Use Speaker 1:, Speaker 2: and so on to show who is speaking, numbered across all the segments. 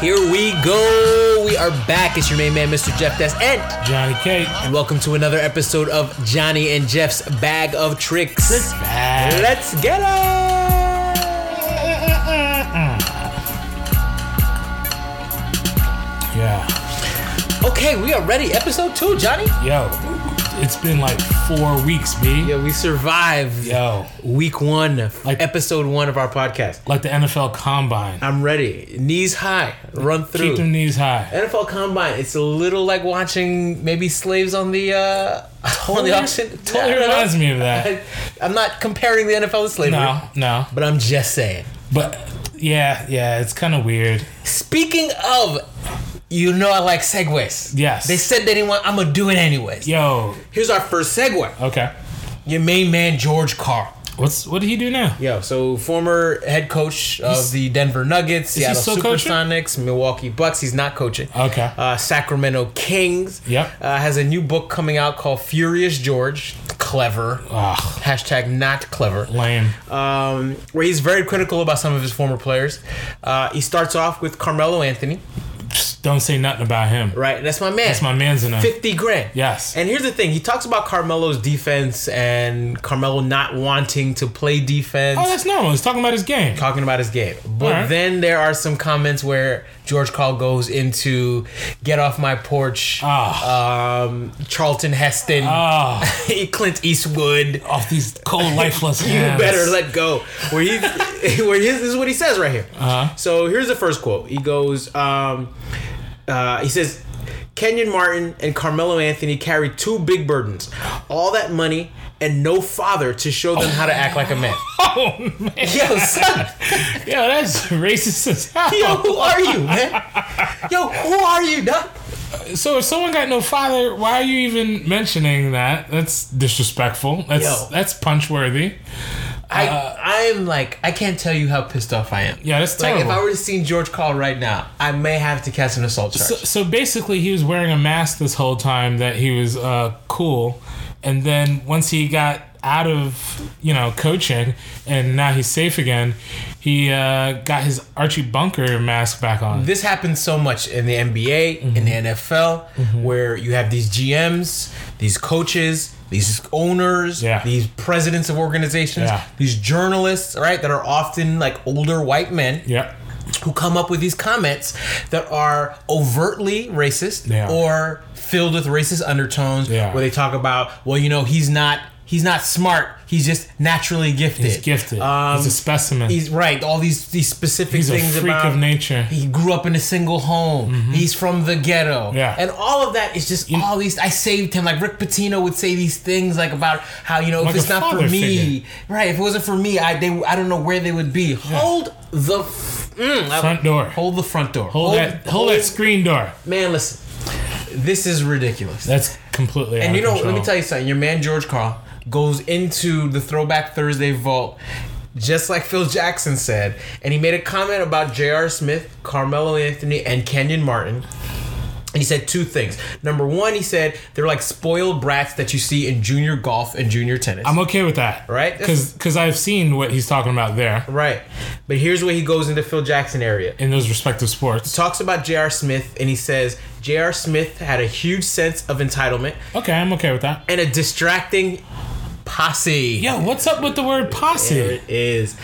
Speaker 1: Here we go. We are back. It's your main man, Mr. Jeff Des, and
Speaker 2: Johnny Cake.
Speaker 1: and welcome to another episode of Johnny and Jeff's Bag of Tricks. Let's get it.
Speaker 2: Mm. Yeah.
Speaker 1: Okay, we are ready. Episode two, Johnny.
Speaker 2: Yo, it's been like four weeks, B.
Speaker 1: Yeah, we survived
Speaker 2: Yo,
Speaker 1: week one,
Speaker 2: Like-
Speaker 1: episode one of our podcast.
Speaker 2: like the NFL Combine.
Speaker 1: I'm ready. Knees high. Run
Speaker 2: Keep them
Speaker 1: through.
Speaker 2: knees high.
Speaker 1: NFL Combine. It's a little like watching maybe slaves on the uh, on the auction.
Speaker 2: Totally reminds me of that.
Speaker 1: I'm not comparing the NFL to slavery,
Speaker 2: No, no.
Speaker 1: but I'm just saying.
Speaker 2: But yeah, yeah, it's kind of weird.
Speaker 1: Speaking of, you know I like segues.
Speaker 2: Yes.
Speaker 1: They said they didn't want. I'm gonna do it anyways.
Speaker 2: Yo,
Speaker 1: Here's our first segue.
Speaker 2: okay.
Speaker 1: Your main man George Carr.
Speaker 2: What's what did he do now?
Speaker 1: Yo, so former head coach of
Speaker 2: He's-
Speaker 1: the Denver Nuggets, Seattle
Speaker 2: still coaching?
Speaker 1: Supersonics, Milwaukee Bucks. He's not coaching.
Speaker 2: Okay.
Speaker 1: Uh, Sacramento Kings.
Speaker 2: Yep.
Speaker 1: Uh, has a new book coming out called Furious George. Clever.
Speaker 2: Ugh,
Speaker 1: Hashtag not clever.
Speaker 2: lame.
Speaker 1: um, where he's very critical about some of his former players. Uh, he starts off with Carmelo Anthony,
Speaker 2: Just don't say nothing about him.
Speaker 1: right? That's my man.
Speaker 2: That's my man's enough.
Speaker 1: 50 grand.
Speaker 2: Yes.
Speaker 1: And here's the thing he talks about Carmelo's defense and Carmelo not wanting to play defense.
Speaker 2: Oh, that's normal. He's talking about his game.
Speaker 1: Talking about his game. But
Speaker 2: Alright.
Speaker 1: then there are some comments where George Call goes into get off my porch, um, Charlton Heston,
Speaker 2: Ah,
Speaker 1: Clint Eastwood.
Speaker 2: off these cold, lifeless
Speaker 1: You
Speaker 2: hands.
Speaker 1: better let go. Where he, where his, this is what he says right here.
Speaker 2: Uh-huh.
Speaker 1: So here's the first quote. He goes, um, uh, he says, Kenyon Martin and Carmelo Anthony carry two big burdens: all that money and no father to show them how to act like a man.
Speaker 2: Oh man.
Speaker 1: Yo, son,
Speaker 2: Yo, that's racist as
Speaker 1: yo,
Speaker 2: hell.
Speaker 1: who are you, man? Yo, who are you, doc?
Speaker 2: So if someone got no father, why are you even mentioning that? That's disrespectful. That's
Speaker 1: Yo.
Speaker 2: that's punch worthy.
Speaker 1: I, I'm like, I can't tell you how pissed off I am.
Speaker 2: Uh, Yeah, that's
Speaker 1: Like
Speaker 2: terrible.
Speaker 1: if I were to see George Call right now, I may have to catch an assault charge.
Speaker 2: so, so basically, he was wearing a mask this whole time that he was uh, cool, and then once he got out of you know coaching and now he's safe again, he uh, got his Archie Bunker mask back on.
Speaker 1: This happens so much in the NBA,
Speaker 2: Mm-hmm.
Speaker 1: in the NFL, where you have these GMs, these coaches, these owners,
Speaker 2: Yeah.
Speaker 1: these presidents of organizations,
Speaker 2: Yeah.
Speaker 1: these journalists, right, that are often like older white men
Speaker 2: Yep.
Speaker 1: who come up with these comments that are overtly racist
Speaker 2: They are.
Speaker 1: or filled with racist undertones
Speaker 2: They are.
Speaker 1: where they talk about, well, you know, he's not he's not smart, he's just naturally gifted.
Speaker 2: He's gifted.
Speaker 1: Um,
Speaker 2: he's a specimen.
Speaker 1: He's right. All these these specific
Speaker 2: He's a
Speaker 1: things
Speaker 2: freak
Speaker 1: about
Speaker 2: of nature.
Speaker 1: He grew up in a single home. He's from the ghetto.
Speaker 2: Mm-hmm. Yeah.
Speaker 1: and all of that is just all these. I saved him. Like Rick Pitino would say these things like about how you know
Speaker 2: Like
Speaker 1: if it's
Speaker 2: a
Speaker 1: not for
Speaker 2: father
Speaker 1: me,
Speaker 2: figure.
Speaker 1: right? If it wasn't for me, I they I don't know where they would be. Hold the f- mm, I-
Speaker 2: Front door.
Speaker 1: Hold the front door.
Speaker 2: hold, that. Hold that screen door.
Speaker 1: Man, listen. This is ridiculous.
Speaker 2: That's completely.
Speaker 1: And you
Speaker 2: out of
Speaker 1: know,
Speaker 2: control.
Speaker 1: let me tell you something. Your man George Carl goes into the Throwback Thursday vault, just like Phil Jackson said, and he made a comment about J.R. Smith, Carmelo Anthony, and Kenyon Martin. He said two things. Number one, he said they're like spoiled brats that you see in junior golf and junior tennis.
Speaker 2: I'm okay with that.
Speaker 1: Right?
Speaker 2: Because I've seen what he's talking about there
Speaker 1: right. But here's where he goes into Phil Jackson area.
Speaker 2: in those respective sports.
Speaker 1: Talks about J.R. Smith, and he says J.R. Smith had a huge sense of entitlement
Speaker 2: Okay, I'm okay with that.
Speaker 1: and a distracting posse.
Speaker 2: Yo, what's up with the word posse?
Speaker 1: There it is.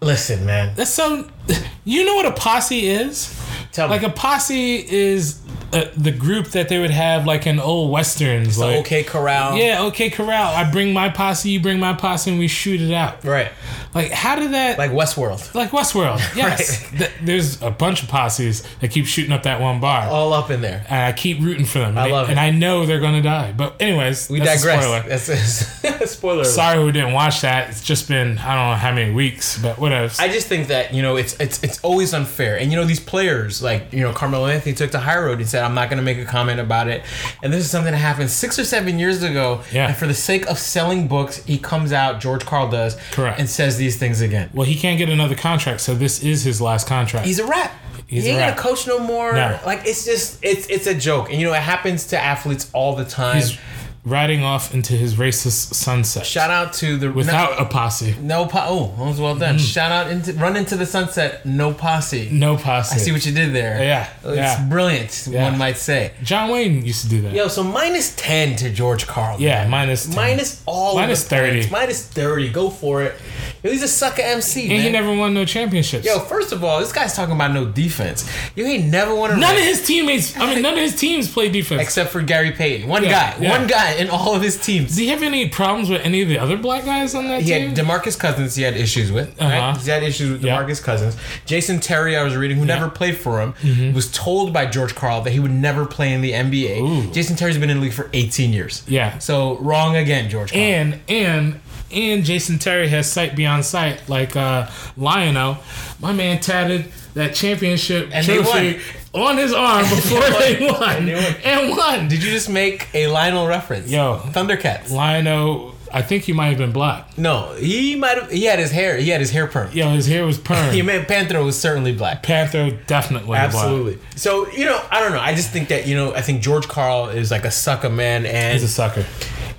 Speaker 1: Listen, man.
Speaker 2: That's so. You know what a posse is?
Speaker 1: Tell
Speaker 2: Like
Speaker 1: me.
Speaker 2: a posse is uh, the group that they would have like in old westerns, like
Speaker 1: okay, Corral.
Speaker 2: yeah, okay, corral. I bring my posse, you bring my posse, and we shoot it out.
Speaker 1: Right.
Speaker 2: Like how did that? Like,
Speaker 1: Like Westworld.
Speaker 2: Westworld. Yes, Th- there's a bunch of posses that keep shooting up that one bar.
Speaker 1: All up in there.
Speaker 2: and I keep rooting for them. I
Speaker 1: Oh. love it.
Speaker 2: and I know they're gonna die. But anyways,
Speaker 1: We
Speaker 2: that's a
Speaker 1: digress.
Speaker 2: spoiler.
Speaker 1: That's a spoiler. alert.
Speaker 2: Sorry who didn't watch that. It's just been I don't know how many weeks, but whatever.
Speaker 1: I just think that, you know, it's it's it's always unfair. And you know, these players, like, you know, Carmelo Anthony took the high road and said, I'm not gonna make a comment about it. And this is something that happened six or seven years ago.
Speaker 2: Yeah.
Speaker 1: And for the sake of selling books, he comes out, George Carl does,
Speaker 2: Correct.
Speaker 1: and says these things again.
Speaker 2: well, he can't get another contract, so this is his last contract.
Speaker 1: He's a rap.
Speaker 2: He's
Speaker 1: he
Speaker 2: a
Speaker 1: ain't
Speaker 2: rap.
Speaker 1: gonna coach no more.
Speaker 2: No.
Speaker 1: Like it's just it's it's a joke, and you know it happens to athletes all the time.
Speaker 2: He's- riding off into his racist sunset
Speaker 1: Shout out to the
Speaker 2: without Mm. a posse.
Speaker 1: no, no po- oh, that was well done. Shout out into run into the sunset. No posse.
Speaker 2: No posse.
Speaker 1: I see what you did there.
Speaker 2: Mm. Yeah,
Speaker 1: it's
Speaker 2: yeah.
Speaker 1: brilliant.
Speaker 2: Yeah.
Speaker 1: One might say.
Speaker 2: John Wayne used to do that.
Speaker 1: Yo, so minus ten to George Carlin.
Speaker 2: Yeah, minus 10.
Speaker 1: Minus all of
Speaker 2: Minus
Speaker 1: the
Speaker 2: 30.
Speaker 1: points. Minus 30. Go for it. Yo, He's a sucker MC,
Speaker 2: and
Speaker 1: man.
Speaker 2: he never won no championships.
Speaker 1: Yo, first of all, this guy's talking about no defense. You ain't never won a
Speaker 2: none
Speaker 1: ring
Speaker 2: of his teammates. I mean, none of his teams play defense.
Speaker 1: except for Gary Payton. One
Speaker 2: Yeah,
Speaker 1: guy.
Speaker 2: yeah.
Speaker 1: One guy in all of his teams.
Speaker 2: Does he have any problems with any of the other black guys on that
Speaker 1: He
Speaker 2: team?
Speaker 1: had Demarcus Cousins. He had issues with.
Speaker 2: Uh-huh.
Speaker 1: Right? He had issues with
Speaker 2: Yeah.
Speaker 1: Demarcus Cousins. Jason Terry, I was reading, who never played for him,
Speaker 2: Mm-hmm.
Speaker 1: was told by George Carl that he would never play in the NBA.
Speaker 2: Ooh.
Speaker 1: Jason Terry's been in the league for 18 years.
Speaker 2: Yeah.
Speaker 1: So wrong again, George. Karl.
Speaker 2: and and and Jason Terry has sight beyond sight, like uh, Lionel. My man tatted that championship
Speaker 1: And they
Speaker 2: trophy on his arm before they won,
Speaker 1: they won.
Speaker 2: and won.
Speaker 1: Did you just make a Lionel reference?
Speaker 2: Yo.
Speaker 1: Thundercats.
Speaker 2: Lionel, I think he might have been black.
Speaker 1: no, he might have. He had his hair. He had his hair perm.
Speaker 2: Yo, his hair was perm.
Speaker 1: He meant Panther was certainly black.
Speaker 2: Panther definitely black.
Speaker 1: Absolutely. So you know, I don't know. I just think that you know, I think George Carl is like a sucker man, and
Speaker 2: He's a sucker.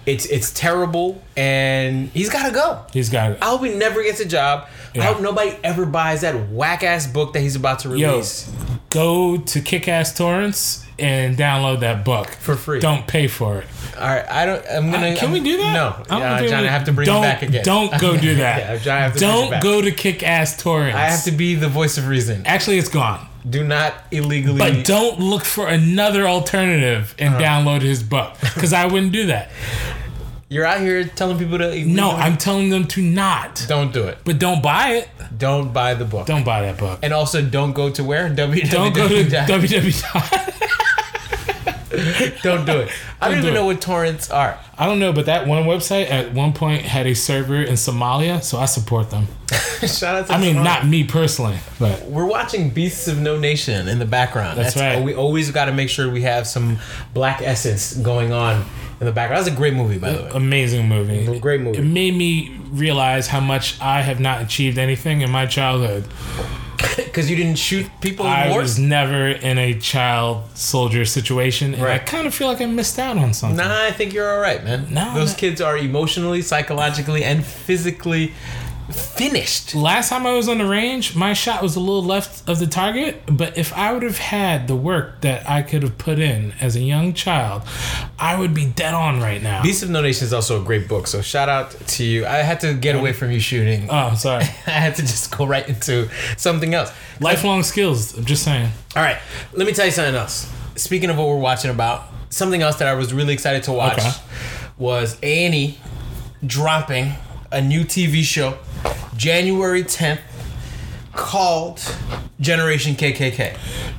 Speaker 1: it's it's terrible, and he's got to go.
Speaker 2: He's got it.
Speaker 1: I hope he never gets a job. I
Speaker 2: Yeah.
Speaker 1: hope nobody ever buys that whack ass book that he's about to
Speaker 2: Yo,
Speaker 1: release.
Speaker 2: go to Kick Ass Torrents and download that book
Speaker 1: For free.
Speaker 2: Don't pay for it.
Speaker 1: All right, I don't. I'm gonna.
Speaker 2: Uh, Can we do that?
Speaker 1: No,
Speaker 2: I don't
Speaker 1: yeah,
Speaker 2: think
Speaker 1: John,
Speaker 2: we-
Speaker 1: I have to bring
Speaker 2: don't,
Speaker 1: it back again.
Speaker 2: Don't go do that.
Speaker 1: Yeah, John, I have to bring it
Speaker 2: don't
Speaker 1: back.
Speaker 2: go to Kick Ass Torrents.
Speaker 1: I have to be the voice of reason.
Speaker 2: Actually, it's gone.
Speaker 1: Do not illegally.
Speaker 2: But don't look for another alternative and
Speaker 1: Uh-huh.
Speaker 2: download his book because I wouldn't do that.
Speaker 1: You're out here telling people to.
Speaker 2: No,
Speaker 1: illegally-
Speaker 2: I'm telling them to not.
Speaker 1: Don't do it.
Speaker 2: But don't buy it.
Speaker 1: Don't buy the book.
Speaker 2: Don't buy that book.
Speaker 1: And also, don't go to where www.
Speaker 2: Don't go to www.
Speaker 1: Don't do it. I don't,
Speaker 2: Don't do
Speaker 1: even
Speaker 2: it.
Speaker 1: know what torrents are.
Speaker 2: I don't know, but that one website at one point had a server in Somalia, so I support them.
Speaker 1: Shout out to
Speaker 2: I mean,
Speaker 1: Toronto.
Speaker 2: not me personally, but
Speaker 1: We're watching Beasts of No Nation in the background.
Speaker 2: That's right.
Speaker 1: We always got to make sure we have some black essence going on in the background. That's a great movie, by the
Speaker 2: Uh,
Speaker 1: way.
Speaker 2: amazing movie.
Speaker 1: Great movie.
Speaker 2: It made me realize how much I have not achieved anything in my childhood.
Speaker 1: Because you didn't shoot people in
Speaker 2: I
Speaker 1: war.
Speaker 2: was never in a child soldier situation, and I
Speaker 1: Right.
Speaker 2: kind of feel like I missed out on something.
Speaker 1: Nah, I think you're all right, man.
Speaker 2: Nah,
Speaker 1: Those
Speaker 2: nah.
Speaker 1: kids are emotionally, psychologically, and physically finished.
Speaker 2: Last time I was on the range, my shot was a little left of the target, but if I would have had the work that I could have put in as a young child, I would be dead on right now.
Speaker 1: Beasts of No Nation is also a great book, so shout out to you. I had to get away from you shooting.
Speaker 2: oh, I'm sorry.
Speaker 1: I had to just go right into something else.
Speaker 2: Lifelong skills, I'm just saying.
Speaker 1: All right, let me tell you something else. Speaking of what we're watching about, something else that I was really excited to watch
Speaker 2: Okay.
Speaker 1: was Annie dropping a new TV show January 10th called Generation KKK.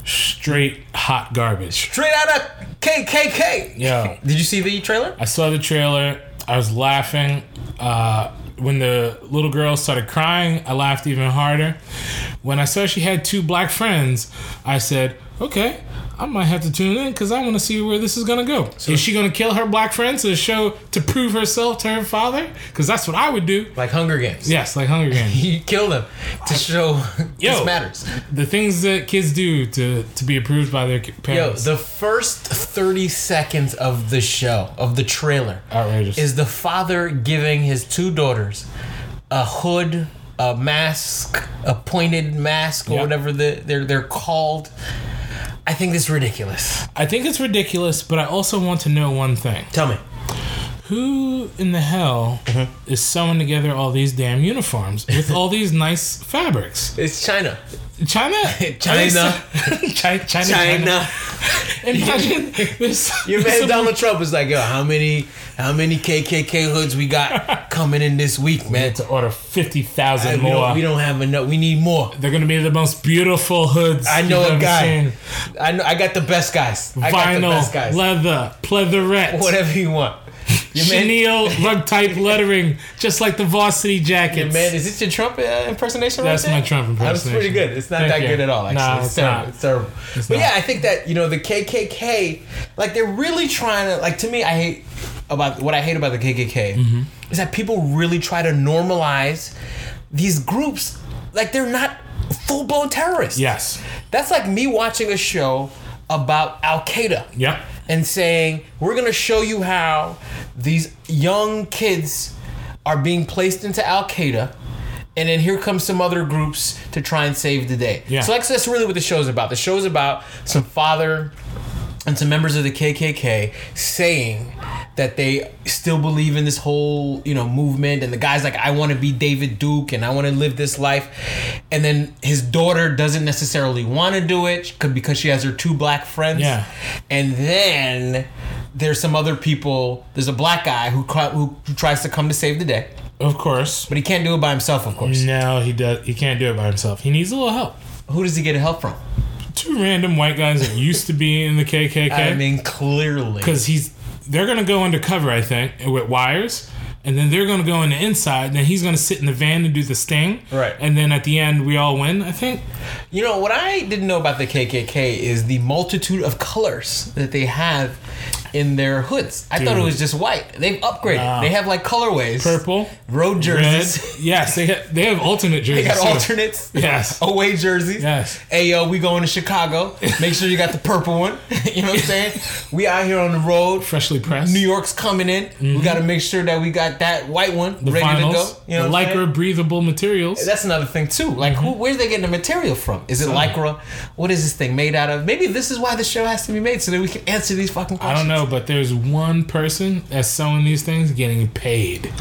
Speaker 2: Straight hot garbage.
Speaker 1: Straight out of KKK.
Speaker 2: Yo.
Speaker 1: Did you see the trailer?
Speaker 2: I saw the trailer. I was laughing. Uh, when the little girl started crying, I laughed even harder. When I saw she had two black friends, I said, okay, I might have to tune in because I want to see where this is going to go. is she going to kill her black friends to show, to prove herself to her father? Because that's what I would do.
Speaker 1: Like Hunger Games.
Speaker 2: Yes, like Hunger Games.
Speaker 1: You kill them to show this
Speaker 2: Yo.
Speaker 1: matters.
Speaker 2: the things that kids do to, to be approved by their ki-
Speaker 1: Yo,
Speaker 2: parents.
Speaker 1: the first 30 seconds of the show, of the trailer,
Speaker 2: Outrageous.
Speaker 1: is the father giving his two daughters a hood, a mask, a pointed mask, or
Speaker 2: Yep.
Speaker 1: whatever the, they're, they're called. I think this is ridiculous.
Speaker 2: I think it's ridiculous, but I also want to know one thing.
Speaker 1: Tell me.
Speaker 2: Who in the hell
Speaker 1: Uh-huh.
Speaker 2: is sewing together all these damn uniforms with all these nice fabrics?
Speaker 1: It's China.
Speaker 2: China,
Speaker 1: China.
Speaker 2: China, China, China.
Speaker 1: China.
Speaker 2: Imagine this.
Speaker 1: Your
Speaker 2: this-
Speaker 1: man Donald Trump was like, yo, how many how many KKK hoods we got coming in this week, man?
Speaker 2: to order fifty
Speaker 1: We
Speaker 2: thousand more.
Speaker 1: don't, we don't have enough. We need more.
Speaker 2: They're gonna be the most beautiful hoods.
Speaker 1: I
Speaker 2: you've
Speaker 1: know a
Speaker 2: ever
Speaker 1: guy.
Speaker 2: seen.
Speaker 1: I know I got the best guys. I got the best
Speaker 2: Vinyl,
Speaker 1: guys.
Speaker 2: leather, pleatherette,
Speaker 1: Whatever you want. Your man,
Speaker 2: chenille rug type lettering, just like the varsity
Speaker 1: your
Speaker 2: jackets.
Speaker 1: man, is this your Trump uh, impersonation?
Speaker 2: That's
Speaker 1: right there?
Speaker 2: my Trump
Speaker 1: That's pretty
Speaker 2: impersonation.
Speaker 1: good. It's not
Speaker 2: Thank
Speaker 1: that
Speaker 2: you.
Speaker 1: good at all. Actually,
Speaker 2: Nah,
Speaker 1: it's,
Speaker 2: it's
Speaker 1: terrible.
Speaker 2: not.
Speaker 1: It's terrible. but
Speaker 2: not.
Speaker 1: yeah, I think that you know the KKK, like they're really trying to like to me. I hate about what I hate about the KKK
Speaker 2: Mm-hmm.
Speaker 1: is that people really try to normalize these groups like they're not full blown terrorists.
Speaker 2: yes.
Speaker 1: That's like me watching a show about Al Qaeda.
Speaker 2: Yep.
Speaker 1: and saying, We're gonna show you how these young kids are being placed into Al Qaeda. And then here come some other groups to try and save the day.
Speaker 2: Yeah.
Speaker 1: So that's, that's really what the show's about. The show's about some father and some members of the KKK saying that they still believe in this whole you know movement and the guy's like I want to be David Duke and I want to live this life and then his daughter doesn't necessarily want to do it c- because she has her two black friends
Speaker 2: Yeah.
Speaker 1: and then there's some other people there's a black guy who cri- who tries to come to save the day
Speaker 2: Of course.
Speaker 1: but he can't do it by himself of course
Speaker 2: No, he does. He can't do it by himself. He needs a little help.
Speaker 1: who does he get help from
Speaker 2: Two random white guys that used to be in the KKK.
Speaker 1: I mean clearly
Speaker 2: because he's they're gonna go undercover, I think, with wires, and then they're gonna go in the inside, and then he's gonna sit in the van and do the sting,
Speaker 1: Right.
Speaker 2: And then at the end, we all win, I think.
Speaker 1: You know what I didn't know about the KKK is the multitude of colors that they have in their hoods. I thought it
Speaker 2: Dude.
Speaker 1: was just white. They've upgraded.
Speaker 2: Wow.
Speaker 1: They have like colorways.
Speaker 2: Purple,
Speaker 1: Road
Speaker 2: red,
Speaker 1: jerseys.
Speaker 2: yes, they have, they have alternate
Speaker 1: They
Speaker 2: jerseys.
Speaker 1: got Oh.
Speaker 2: too.
Speaker 1: alternates.
Speaker 2: Yes.
Speaker 1: Away jerseys.
Speaker 2: Yes.
Speaker 1: Hey yo, we going to Chicago. Make sure you got the purple one. you know what I'm saying? We out here on the road.
Speaker 2: freshly pressed.
Speaker 1: New York's coming in. We got to make sure that we got that white one
Speaker 2: Mm-hmm. the
Speaker 1: ready
Speaker 2: finals,
Speaker 1: to go. You know
Speaker 2: the
Speaker 1: what I'm saying?
Speaker 2: lycra breathable materials.
Speaker 1: That's another thing too. Like,
Speaker 2: Mm-hmm.
Speaker 1: who, where's they getting the material from? Is it lycra? What is this thing made out of? Maybe this is why the show has to be made so that we can answer these fucking
Speaker 2: I don't
Speaker 1: questions.
Speaker 2: know, but there's one person that's sewing these things getting paid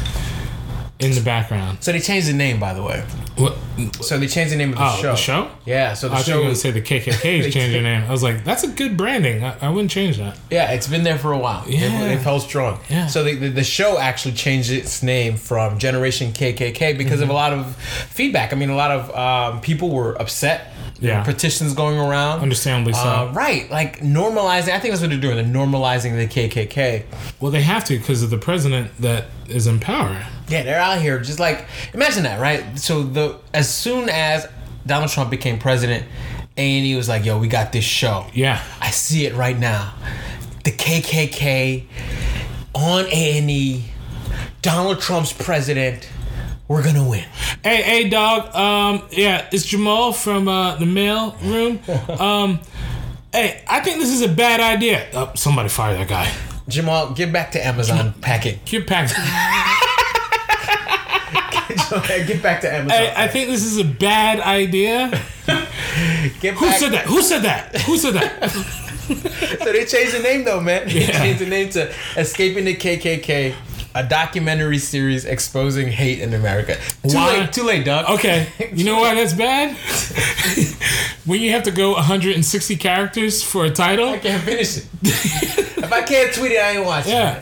Speaker 2: in the background.
Speaker 1: So they changed the name, by the way.
Speaker 2: What?
Speaker 1: So they changed the name of the
Speaker 2: Oh,
Speaker 1: show.
Speaker 2: the show?
Speaker 1: Yeah. So the
Speaker 2: I thought you were
Speaker 1: show.
Speaker 2: going to
Speaker 1: Was,
Speaker 2: say the KKK has changed their name. I was like, that's a good branding. I, I wouldn't change that.
Speaker 1: yeah, it's been there for a while. They-
Speaker 2: Yeah.
Speaker 1: They've held strong.
Speaker 2: Yeah.
Speaker 1: So the, the, the show actually changed its name from Generation KKK because
Speaker 2: Mm-hmm.
Speaker 1: of a lot of feedback. I mean, a lot of um, people were upset. There were
Speaker 2: Yeah.
Speaker 1: Petitions going around.
Speaker 2: Understandably so.
Speaker 1: Uh, right. Like normalizing. I think that's what they're doing. They're normalizing the KKK.
Speaker 2: Well, they have to because of the president that is in power.
Speaker 1: Yeah, they're out here just like imagine that, right? So the as soon as Donald Trump became president, A and E was like, "Yo, we got this show.
Speaker 2: Yeah.
Speaker 1: I see it right now. The KKK on A and E. Donald Trump's president. We're gonna win."
Speaker 2: Hey, hey, dog. Um, yeah, it's Jamal from uh, the mail room. Um, hey, I think this is a bad idea. Oh, somebody fire that guy.
Speaker 1: Jamal, get back to Amazon packing.
Speaker 2: Get back.
Speaker 1: get back to Amazon.
Speaker 2: Hey, I think this is a bad idea.
Speaker 1: get
Speaker 2: Who
Speaker 1: back.
Speaker 2: said that? Who said that? Who said that?
Speaker 1: So they changed the name though, man. They
Speaker 2: Yeah.
Speaker 1: changed the name to "Escaping the KKK." A documentary series exposing hate in America. Too
Speaker 2: Why-
Speaker 1: late, too late, dog.
Speaker 2: Okay. You know why that's bad? when you have to go 160 characters for a
Speaker 1: I
Speaker 2: title.
Speaker 1: can't finish it. if I can't tweet it, I ain't watching.
Speaker 2: Yeah.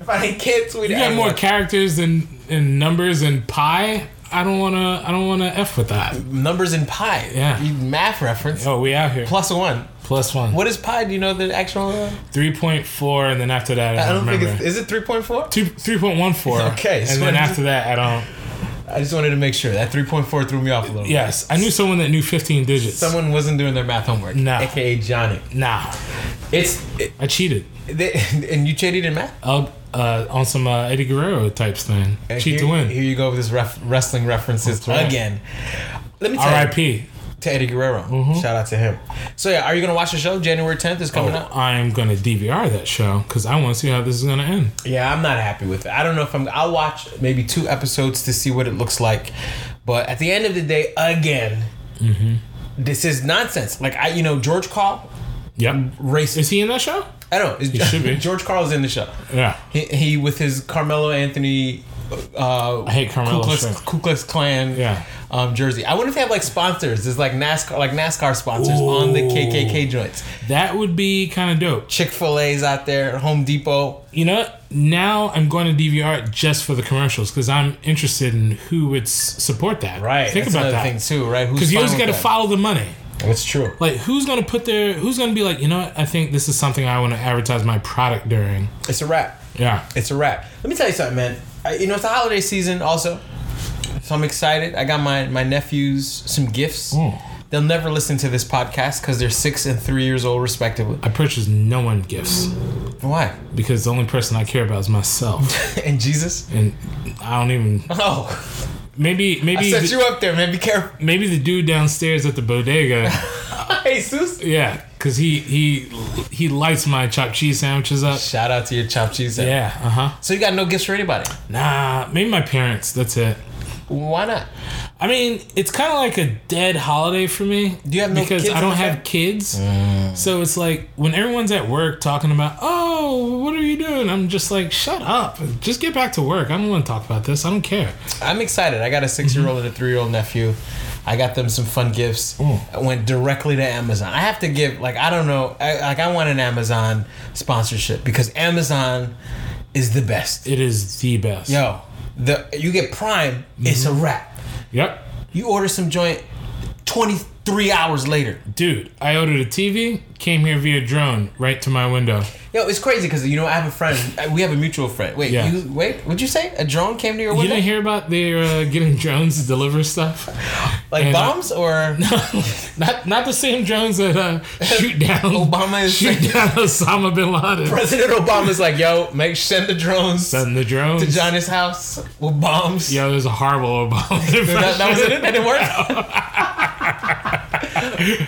Speaker 1: If I can't tweet it,
Speaker 2: You
Speaker 1: I
Speaker 2: got
Speaker 1: ain't
Speaker 2: more
Speaker 1: watching.
Speaker 2: characters than and numbers and pie. I don't wanna. I don't wanna f with that.
Speaker 1: numbers in pi.
Speaker 2: Yeah.
Speaker 1: You- math reference.
Speaker 2: Oh, we out here.
Speaker 1: Plus one.
Speaker 2: Plus one.
Speaker 1: What is pi? Do you know the actual? Uh,
Speaker 2: Three point four, and then after that, I
Speaker 1: I
Speaker 2: don't,
Speaker 1: don't think
Speaker 2: remember.
Speaker 1: it's. Is it three point four?
Speaker 2: Two, 3.14.
Speaker 1: Okay, so
Speaker 2: And then
Speaker 1: I just-
Speaker 2: after that, I don't.
Speaker 1: I just wanted to make sure that three point four threw me off a little. bit.
Speaker 2: Yes, I knew someone that knew 15 digits.
Speaker 1: Someone wasn't doing their math homework.
Speaker 2: No.
Speaker 1: AKA Johnny.
Speaker 2: Nah,
Speaker 1: It's it,
Speaker 2: I cheated.
Speaker 1: they, and you cheated in math.
Speaker 2: I'll, uh, on some uh, Eddie Guerrero types thing.
Speaker 1: And
Speaker 2: Cheat
Speaker 1: here,
Speaker 2: to win.
Speaker 1: Here you go with this ref, wrestling references
Speaker 2: right.
Speaker 1: again. Let me tell you.
Speaker 2: R.I.P.
Speaker 1: to Eddie Guerrero.
Speaker 2: Mm-hmm.
Speaker 1: Shout out to him. So yeah, are you gonna watch the show? January 10th is coming up.
Speaker 2: I am gonna DVR that show because I want to see how this is gonna end.
Speaker 1: Yeah, I'm not happy with it. I don't know if I'm. I'll watch maybe two episodes to see what it looks like, but at the end of the day, again,
Speaker 2: Mm-hmm.
Speaker 1: this is nonsense. Like I, you know, George Carl
Speaker 2: Yep.
Speaker 1: racist.
Speaker 2: Is he in that show?
Speaker 1: I don't. know. It's,
Speaker 2: should be.
Speaker 1: George Carl's in the show.
Speaker 2: Yeah.
Speaker 1: He, he with his Carmelo Anthony. Uh, I
Speaker 2: hate Carmelo,
Speaker 1: Ku Klux,
Speaker 2: sure.
Speaker 1: Ku Klux Klan
Speaker 2: Yeah.
Speaker 1: um, jersey. I wonder if they have like sponsors. There's like NASCAR, like NASCAR sponsors on the
Speaker 2: Ooh.
Speaker 1: KKK joints.
Speaker 2: That would be kind of dope.
Speaker 1: Chick Fil A's out there, Home Depot.
Speaker 2: You know, now I'm going to DVR it just for the commercials because I'm interested in who would s- support that.
Speaker 1: Right.
Speaker 2: Think
Speaker 1: that's
Speaker 2: about
Speaker 1: another
Speaker 2: that.
Speaker 1: thing too, right? Who's
Speaker 2: Because you always
Speaker 1: fine
Speaker 2: got to
Speaker 1: with that?
Speaker 2: follow the money.
Speaker 1: That's true.
Speaker 2: Like, who's going to put their, who's going to be like, you know what, I think this is something I want to advertise my product during.
Speaker 1: It's a wrap.
Speaker 2: Yeah.
Speaker 1: It's a wrap. Let me tell you something, man. I, you know, it's the holiday season also, so I'm excited. I got my my nephews some gifts.
Speaker 2: Mm.
Speaker 1: They'll never listen to this podcast because they're six and three years old, respectively.
Speaker 2: I purchase no one gifts
Speaker 1: Why?
Speaker 2: because the only person I care about is myself.
Speaker 1: and Jesus?
Speaker 2: and I don't even,
Speaker 1: Oh,
Speaker 2: maybe,
Speaker 1: I
Speaker 2: maybe,
Speaker 1: set
Speaker 2: the,
Speaker 1: you up there, man. Be careful.
Speaker 2: maybe the dude downstairs at the bodega.
Speaker 1: Jesus?
Speaker 2: Yeah. because he he he lights my chopped cheese sandwiches up.
Speaker 1: Shout out to your chopped cheese. sandwich.
Speaker 2: Yeah, uh huh.
Speaker 1: So you got no gifts for anybody?
Speaker 2: Nah, maybe my parents. That's it.
Speaker 1: Why not?
Speaker 2: I mean, it's kind of like a dead holiday for me.
Speaker 1: Do you have no
Speaker 2: because
Speaker 1: kids
Speaker 2: I
Speaker 1: in
Speaker 2: don't
Speaker 1: the Mm.
Speaker 2: have
Speaker 1: fam-
Speaker 2: kids. So it's like when everyone's at work talking about, oh, what are you doing? I'm just like, shut up, just get back to work. I don't want to talk about this. I don't care.
Speaker 1: I'm excited. I got a six year old and a three year old nephew. I got them some fun gifts. I went directly to Amazon. I have to give like I don't know. I, like I want an Amazon sponsorship because Amazon is the best.
Speaker 2: It is the best.
Speaker 1: Yo, the you get Prime, it's a wrap.
Speaker 2: Yep.
Speaker 1: You order some joint, twenty three hours later.
Speaker 2: Dude, I ordered a TV, came here via drone, right to my window.
Speaker 1: Yo, it's crazy because you know I have a friend. uh, We have a mutual friend. Wait,
Speaker 2: Yeah.
Speaker 1: you wait. What'd you say? A drone came to your
Speaker 2: You
Speaker 1: window,
Speaker 2: didn't hear about they're uh, getting drones to deliver stuff?
Speaker 1: like
Speaker 2: and, uh,
Speaker 1: bombs or
Speaker 2: Not not the same drones that uh, shoot down
Speaker 1: Obama is-
Speaker 2: shoot down Osama bin Laden.
Speaker 1: President Obama's like, yo, make send the drones
Speaker 2: Send the drones.
Speaker 1: to Johnny's house with bombs.
Speaker 2: Yo, there's a horrible Obama.
Speaker 1: That, that was it. That didn't work.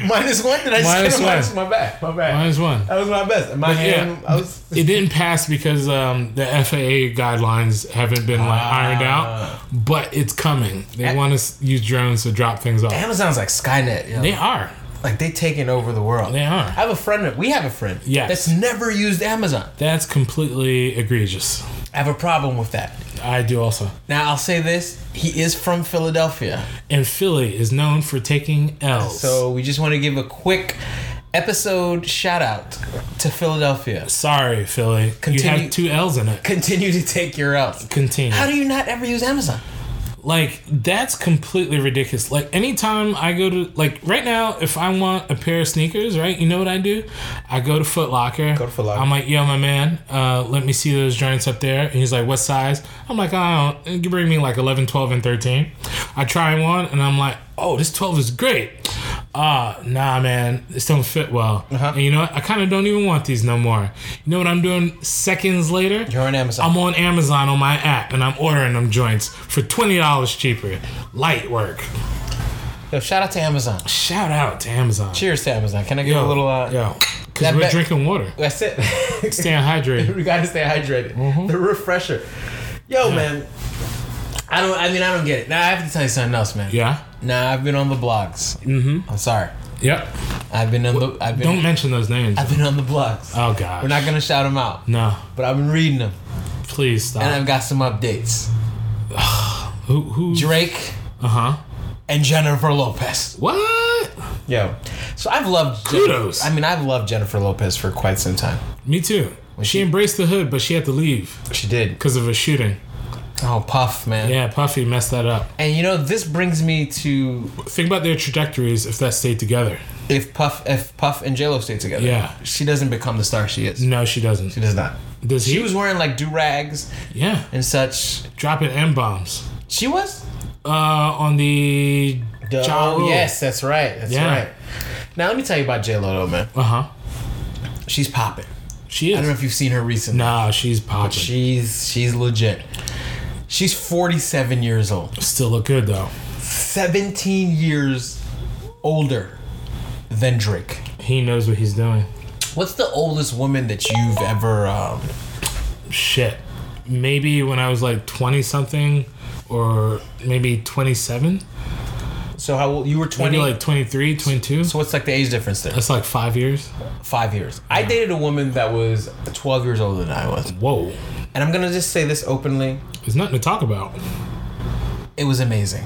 Speaker 1: minus one. Did I just
Speaker 2: Minus
Speaker 1: get a minus?
Speaker 2: one.
Speaker 1: My bad. My bad.
Speaker 2: Minus one.
Speaker 1: that was my best. My
Speaker 2: yeah.
Speaker 1: hand. I was.
Speaker 2: It didn't pass because um, the FAA guidelines haven't been like
Speaker 1: Ah.
Speaker 2: ironed out, but it's coming. They want to use drones to drop things off.
Speaker 1: Amazon's like Skynet. You know?
Speaker 2: They are.
Speaker 1: like they taking over the world.
Speaker 2: They
Speaker 1: I
Speaker 2: are.
Speaker 1: have a friend. that- We have a friend.
Speaker 2: Yes.
Speaker 1: That's never used Amazon.
Speaker 2: That's completely egregious.
Speaker 1: I have a problem with that.
Speaker 2: I do also.
Speaker 1: Now I'll say this: he is from Philadelphia,
Speaker 2: And Philly is known for taking L's.
Speaker 1: so we just want to give a quick episode shout out to Philadelphia.
Speaker 2: sorry, Philly. You
Speaker 1: Continue-
Speaker 2: have two L's in it.
Speaker 1: Continue to take your L's.
Speaker 2: Continue.
Speaker 1: How do you not ever use Amazon?
Speaker 2: like that's completely ridiculous like anytime i go to like right now if i want a pair of sneakers right you know what i do i go to foot locker
Speaker 1: Go to Foot Locker.
Speaker 2: i'm like yo my man uh, let me see those joints up there and he's like what size i'm like i don't you bring me like 11 12 and 13 i try one and i'm like oh this 12 is great uh nah man this don't fit well
Speaker 1: Uh-huh.
Speaker 2: and you know what i kind of don't even want these no more you know what i'm doing seconds later
Speaker 1: You're on Amazon.
Speaker 2: I'm on Amazon on my app and I'm ordering them joints for twenty dollars cheaper. Light work.
Speaker 1: Yo, shout out to Amazon.
Speaker 2: Shout out to Amazon.
Speaker 1: Cheers to Amazon. Can I give a little? Uh,
Speaker 2: yo,
Speaker 1: that
Speaker 2: because we're
Speaker 1: bet-
Speaker 2: drinking water.
Speaker 1: That's it.
Speaker 2: Staying hydrated.
Speaker 1: we gotta stay hydrated.
Speaker 2: Mm-hmm.
Speaker 1: The refresher. Yo, man. I don't. I mean, I don't get it. Now I have to tell you something else, man.
Speaker 2: Yeah.
Speaker 1: Nah, I've been on the blogs. Mm-hmm. I'm sorry.
Speaker 2: Yep.
Speaker 1: I've been on the. I've been.
Speaker 2: Don't mention those names.
Speaker 1: I've been on the blogs.
Speaker 2: Oh
Speaker 1: We're
Speaker 2: god.
Speaker 1: not gonna shout them out,
Speaker 2: No.
Speaker 1: but I've been reading them,
Speaker 2: Please
Speaker 1: and
Speaker 2: stop.
Speaker 1: I've got some updates.
Speaker 2: Who? Who?
Speaker 1: Drake
Speaker 2: Uh huh.
Speaker 1: and Jennifer Lopez.
Speaker 2: What?
Speaker 1: Yo, so I've loved. Jennifer-
Speaker 2: Kudos.
Speaker 1: I mean, I've loved Jennifer Lopez for quite some time.
Speaker 2: Me too. She embraced the hood, but she had to leave
Speaker 1: She did.
Speaker 2: because of a shooting.
Speaker 1: Oh, Puff, man.
Speaker 2: Yeah, Puffy messed that up.
Speaker 1: And you know, this brings me to
Speaker 2: Think about their trajectories if that stayed together.
Speaker 1: if Puff, if Puff and J Lo stay together.
Speaker 2: Yeah.
Speaker 1: she doesn't become the star she is.
Speaker 2: No, she doesn't.
Speaker 1: She does not.
Speaker 2: Does
Speaker 1: She
Speaker 2: he?
Speaker 1: was wearing like do rags
Speaker 2: yeah,
Speaker 1: and such.
Speaker 2: dropping M bombs.
Speaker 1: She was.
Speaker 2: Uh, on the
Speaker 1: Duh.
Speaker 2: Ja Rule.
Speaker 1: Yes, that's right. That's
Speaker 2: Yeah.
Speaker 1: right. Now let me tell you about J Lo, though, man.
Speaker 2: Uh huh.
Speaker 1: She's popping.
Speaker 2: She
Speaker 1: I don't know
Speaker 2: is.
Speaker 1: if you've seen her recently.
Speaker 2: Nah, she's popping. She
Speaker 1: She's she's legit. She's 47 years old.
Speaker 2: still look good though.
Speaker 1: 17 years older than Drake.
Speaker 2: He knows what he's doing.
Speaker 1: What's the oldest woman that you've ever um,
Speaker 2: Shit. Maybe when I was like twenty something, or maybe twenty seven.
Speaker 1: So how old you were
Speaker 2: Maybe
Speaker 1: 20?
Speaker 2: like 23, 22.
Speaker 1: so what's like the age difference there?
Speaker 2: That's like five years.
Speaker 1: 5 years. I dated a woman that was 12 years older than I was.
Speaker 2: Whoa.
Speaker 1: And I'm going to just say this openly.
Speaker 2: There's nothing to talk about.
Speaker 1: It was amazing.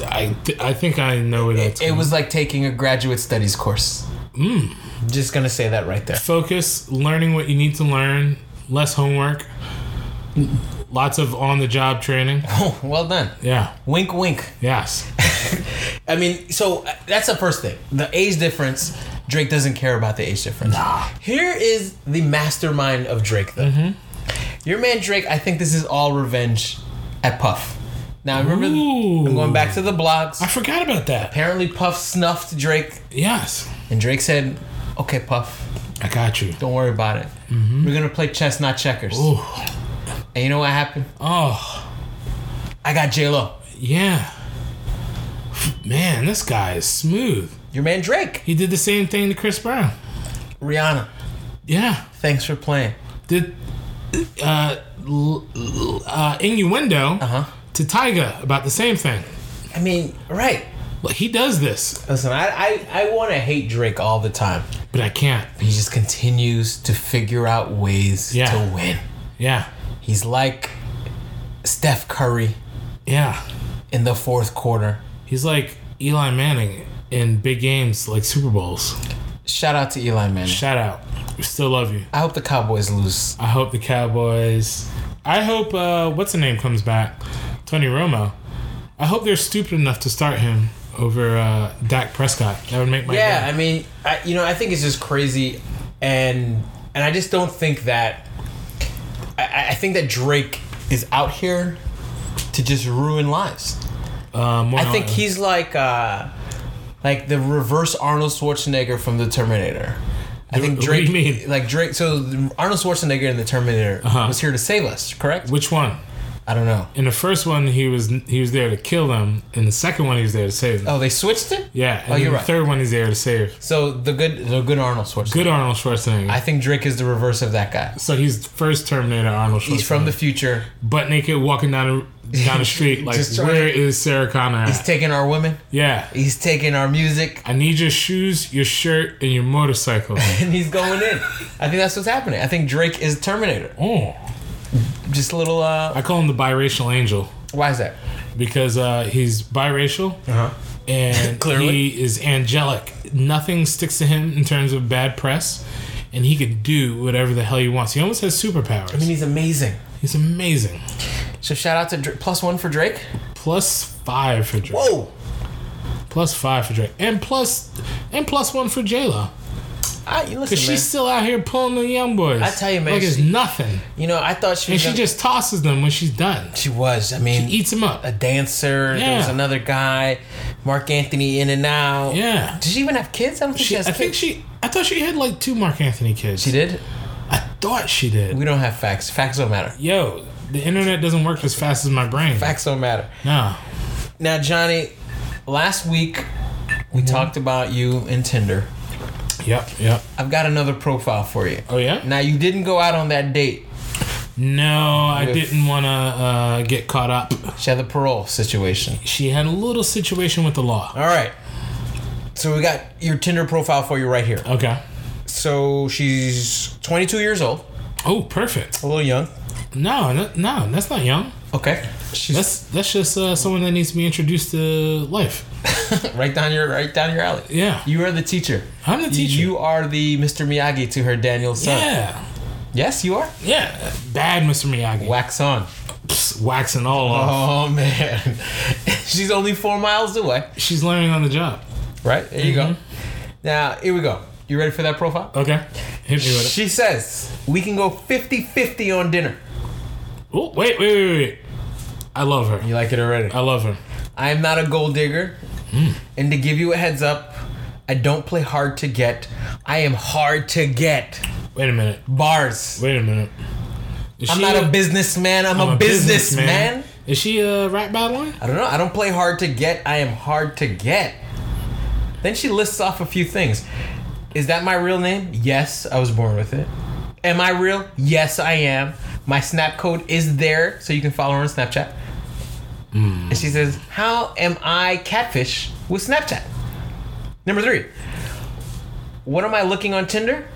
Speaker 2: I, th- I think I know where that's. Hmm.
Speaker 1: It
Speaker 2: going.
Speaker 1: was like taking a graduate studies course. Mm. Just going to say that right there.
Speaker 2: focus, learning what you need to learn, less homework, lots of on the job training.
Speaker 1: Oh, well done.
Speaker 2: Yeah.
Speaker 1: Wink wink.
Speaker 2: Yes.
Speaker 1: I mean, so uh, that's the first thing. The age difference. Drake doesn't care about the age difference.
Speaker 2: Nah.
Speaker 1: Here is the mastermind of Drake, though.
Speaker 2: Mm-hmm.
Speaker 1: Your man Drake, I think this is all revenge at Puff. Now, I remember,
Speaker 2: Ooh.
Speaker 1: I'm going back to the blogs.
Speaker 2: I forgot about that.
Speaker 1: Apparently, Puff snuffed Drake,
Speaker 2: Yes.
Speaker 1: and Drake said, Okay, Puff,
Speaker 2: I got you.
Speaker 1: don't worry about it. We're gonna play chess, not checkers.
Speaker 2: Mm-hmm. Ooh.
Speaker 1: And you know what happened?
Speaker 2: Oh,
Speaker 1: I got J Lo.
Speaker 2: yeah. Man, this guy is smooth.
Speaker 1: Your man Drake,
Speaker 2: He did the same thing to Chris Brown.
Speaker 1: Rihanna.
Speaker 2: Yeah.
Speaker 1: Thanks for playing.
Speaker 2: Did uh, l- l- uh, innuendo
Speaker 1: Uh huh.
Speaker 2: to Tyga about the same thing.
Speaker 1: I mean, right.
Speaker 2: Like he does this,
Speaker 1: Listen, I I, I want to hate Drake all the time.
Speaker 2: but I can't.
Speaker 1: He just continues to figure out ways
Speaker 2: Yeah.
Speaker 1: to win.
Speaker 2: Yeah.
Speaker 1: He's like Steph Curry
Speaker 2: Yeah.
Speaker 1: in the fourth quarter.
Speaker 2: He's like Eli Manning in big games like Super Bowls.
Speaker 1: Shout out to Eli Manning.
Speaker 2: Shout out. We still love you.
Speaker 1: I hope the Cowboys lose.
Speaker 2: I hope the Cowboys. I hope uh, what's the name comes back, Tony Romo. I hope they're stupid enough to start him over uh, Dak Prescott. That would make my
Speaker 1: Yeah,
Speaker 2: day.
Speaker 1: I mean, I, you know, I think it's just crazy, and and I just don't think that. I- I, I think that Drake is out here to just ruin lives.
Speaker 2: Uh, more
Speaker 1: I think
Speaker 2: on-
Speaker 1: he's like uh, like the reverse Arnold Schwarzenegger from the Terminator. I think
Speaker 2: What do
Speaker 1: Drake,
Speaker 2: you mean?
Speaker 1: like Drake, so Arnold Schwarzenegger in the Terminator
Speaker 2: Uh-huh.
Speaker 1: was here to save us, correct?
Speaker 2: Which one?
Speaker 1: I don't know.
Speaker 2: In the first one, he was he was there to kill them. In the second one, he was there to save them.
Speaker 1: Oh, they switched it.
Speaker 2: Yeah, and
Speaker 1: Oh,
Speaker 2: then
Speaker 1: you're
Speaker 2: the
Speaker 1: right.
Speaker 2: third one, he's there to save.
Speaker 1: So the good, the good Arnold Schwarzenegger.
Speaker 2: Good Arnold Schwarzenegger.
Speaker 1: I think Drake is the reverse of that guy.
Speaker 2: so he's first Terminator Arnold Schwarzenegger.
Speaker 1: He's from the future.
Speaker 2: butt naked walking down a, down the street. Like,
Speaker 1: Just trying
Speaker 2: where
Speaker 1: to-
Speaker 2: is Sarah Connor? At?
Speaker 1: He's taking our women.
Speaker 2: yeah,
Speaker 1: He's taking our music,
Speaker 2: I need your shoes, your shirt, and your motorcycle.
Speaker 1: and he's going in. I think that's what's happening. I think Drake is Terminator.
Speaker 2: oh,
Speaker 1: Just a little. uh
Speaker 2: I call him the biracial angel
Speaker 1: Why is that?
Speaker 2: because uh, he's biracial
Speaker 1: Uh huh.
Speaker 2: and
Speaker 1: Clearly.
Speaker 2: he is angelic. Nothing sticks to him in terms of bad press, and he can do whatever the hell he wants. He almost has superpowers.
Speaker 1: I mean, he's amazing.
Speaker 2: he's amazing.
Speaker 1: So shout out to Dra- plus one for Drake.
Speaker 2: Plus five for Drake.
Speaker 1: Whoa.
Speaker 2: Plus five for Drake, and plus and plus one for J Lo.
Speaker 1: I, you listen,
Speaker 2: Cause
Speaker 1: man.
Speaker 2: she's still out here pulling the young boys.
Speaker 1: I tell you, man,
Speaker 2: like it's
Speaker 1: she-
Speaker 2: nothing.
Speaker 1: you know, I thought she
Speaker 2: And
Speaker 1: was.
Speaker 2: she
Speaker 1: gonna-
Speaker 2: just tosses them when she's done.
Speaker 1: she Uh, was. I mean,
Speaker 2: Eats them up.
Speaker 1: a dancer. There was
Speaker 2: Yeah.
Speaker 1: another guy, Mark Anthony, in and out.
Speaker 2: Yeah.
Speaker 1: Does she even have kids? I don't think she,
Speaker 2: She, I
Speaker 1: has
Speaker 2: think
Speaker 1: kids.
Speaker 2: she. I thought she had like two Mark Anthony kids.
Speaker 1: She did.
Speaker 2: I thought she did.
Speaker 1: We don't have facts. Facts don't matter.
Speaker 2: Yo, the internet doesn't work as fast as my brain.
Speaker 1: Facts don't matter.
Speaker 2: No.
Speaker 1: Now, Johnny, last week we
Speaker 2: Mm-hmm.
Speaker 1: talked about you and Tinder.
Speaker 2: Yep. Yep.
Speaker 1: I've got another profile for you.
Speaker 2: Oh yeah.
Speaker 1: Now, you didn't go out on that date.
Speaker 2: No, I
Speaker 1: With-
Speaker 2: didn't want to uh, get caught up.
Speaker 1: She had the parole situation.
Speaker 2: She had a little situation with the law.
Speaker 1: All right. So, we got your Tinder profile for you right here.
Speaker 2: Okay.
Speaker 1: So, she's 22 years old,
Speaker 2: Oh, perfect.
Speaker 1: a little young.
Speaker 2: No, no, no that's not young.
Speaker 1: Okay. She's
Speaker 2: That's that's just uh, someone that needs to be introduced to life.
Speaker 1: right down your right down your alley.
Speaker 2: Yeah.
Speaker 1: You are the teacher.
Speaker 2: I'm the teacher.
Speaker 1: You are the Mr. Miyagi to her Daniel son.
Speaker 2: yeah.
Speaker 1: Yes, you are.
Speaker 2: Yeah. Bad Mr. Miyagi.
Speaker 1: Wax on.
Speaker 2: Psst, waxing all
Speaker 1: Oh
Speaker 2: off.
Speaker 1: man. she's only four miles away.
Speaker 2: She's learning on the job.
Speaker 1: Right? There you go. Now, here we go. You ready for that profile?
Speaker 2: Okay. Hit me with it.
Speaker 1: She says, we can go 50 50 on dinner.
Speaker 2: Oh, wait, wait, wait, wait. I love her.
Speaker 1: You like it already. Mm.
Speaker 2: I love her.
Speaker 1: Oh. I am not a gold digger. And to give you a heads up, I don't play hard to get. I am hard to get.
Speaker 2: Wait a minute.
Speaker 1: Bars.
Speaker 2: Wait a minute. Is
Speaker 1: I'm
Speaker 2: she
Speaker 1: not a businessman. I'm,
Speaker 2: I'm
Speaker 1: a, businessman.
Speaker 2: Is she a rap battler?
Speaker 1: I don't know. I don't play hard to get. I am hard to get. Then she lists off a few things. Is that my real name? Yes, I was born with it. Am I real? Yes, I am. My snap code is there, so you can follow her on Snapchat. And she says, How am I catfish with Snapchat? Number three, what am I looking on Tinder?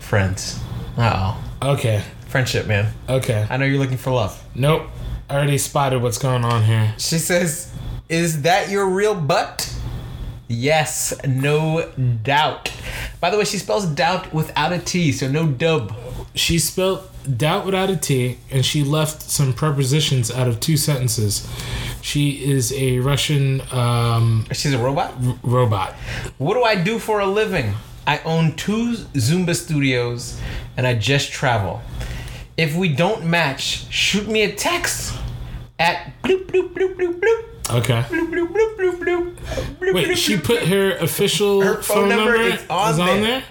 Speaker 1: Friends. Uh oh.
Speaker 2: Okay.
Speaker 1: Friendship, man.
Speaker 2: Okay.
Speaker 1: I know you're looking for love.
Speaker 2: Nope. I already spotted what's going on here.
Speaker 1: She says, Is that your real butt? Yes, no doubt. By the way, she spells doubt without a T, so no dub.
Speaker 2: She spelled doubt without a T, and she left some prepositions out of two sentences. She is a Russian um,
Speaker 1: She's a robot.
Speaker 2: r- robot.
Speaker 1: What do I do for a living? I own two Zumba studios and I just travel. If we don't match, shoot me a text at bloop bloop bloop bloop bloop.
Speaker 2: Okay.
Speaker 1: bloop, bloop, bloop, bloop, bloop, bloop,
Speaker 2: Wait,
Speaker 1: bloop,
Speaker 2: she
Speaker 1: bloop.
Speaker 2: put her official
Speaker 1: Her
Speaker 2: phone, number, is on, there.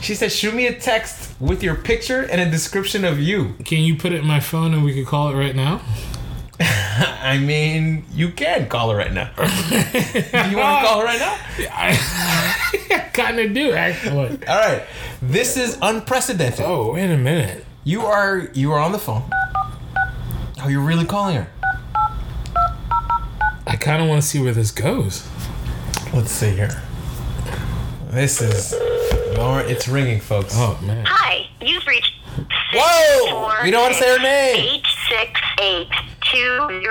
Speaker 1: She said, "Shoot me a text with your picture and a description of you."
Speaker 2: Can you put it in my phone and we could call it right now?
Speaker 1: I mean, you can call her right now. you want to call her right now?
Speaker 2: I kind of do actually.
Speaker 1: All right. This is unprecedented.
Speaker 2: Oh, wait a minute.
Speaker 1: You are you are on the phone. Oh, you're really calling her?
Speaker 2: I kind of want to see where this goes.
Speaker 1: Let's see here. This is Laura. It's ringing, folks.
Speaker 2: Oh man.
Speaker 3: Hi, you've reached.
Speaker 1: Whoa! You don't want to say her name.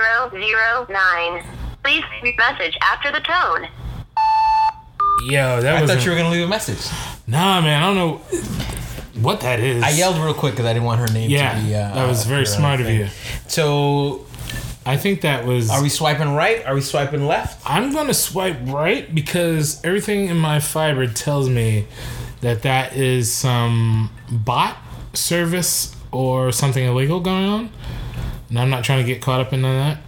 Speaker 3: 868-2009. Please leave a message after the tone.
Speaker 2: Yo, that
Speaker 1: I
Speaker 2: was.
Speaker 1: thought you were gonna leave a message.
Speaker 2: Nah, man. I don't know what that is.
Speaker 1: I yelled real quick because I didn't want her name
Speaker 2: Yeah,
Speaker 1: to be. Uh,
Speaker 2: that was very
Speaker 1: appear on
Speaker 2: smart
Speaker 1: the
Speaker 2: of
Speaker 1: thing.
Speaker 2: you.
Speaker 1: So,
Speaker 2: I think that was.
Speaker 1: are we swiping right? Are we swiping left?
Speaker 2: I'm gonna swipe right because everything in my fiber tells me that that is some bot service or something illegal going on, and I'm not trying to get caught up in none of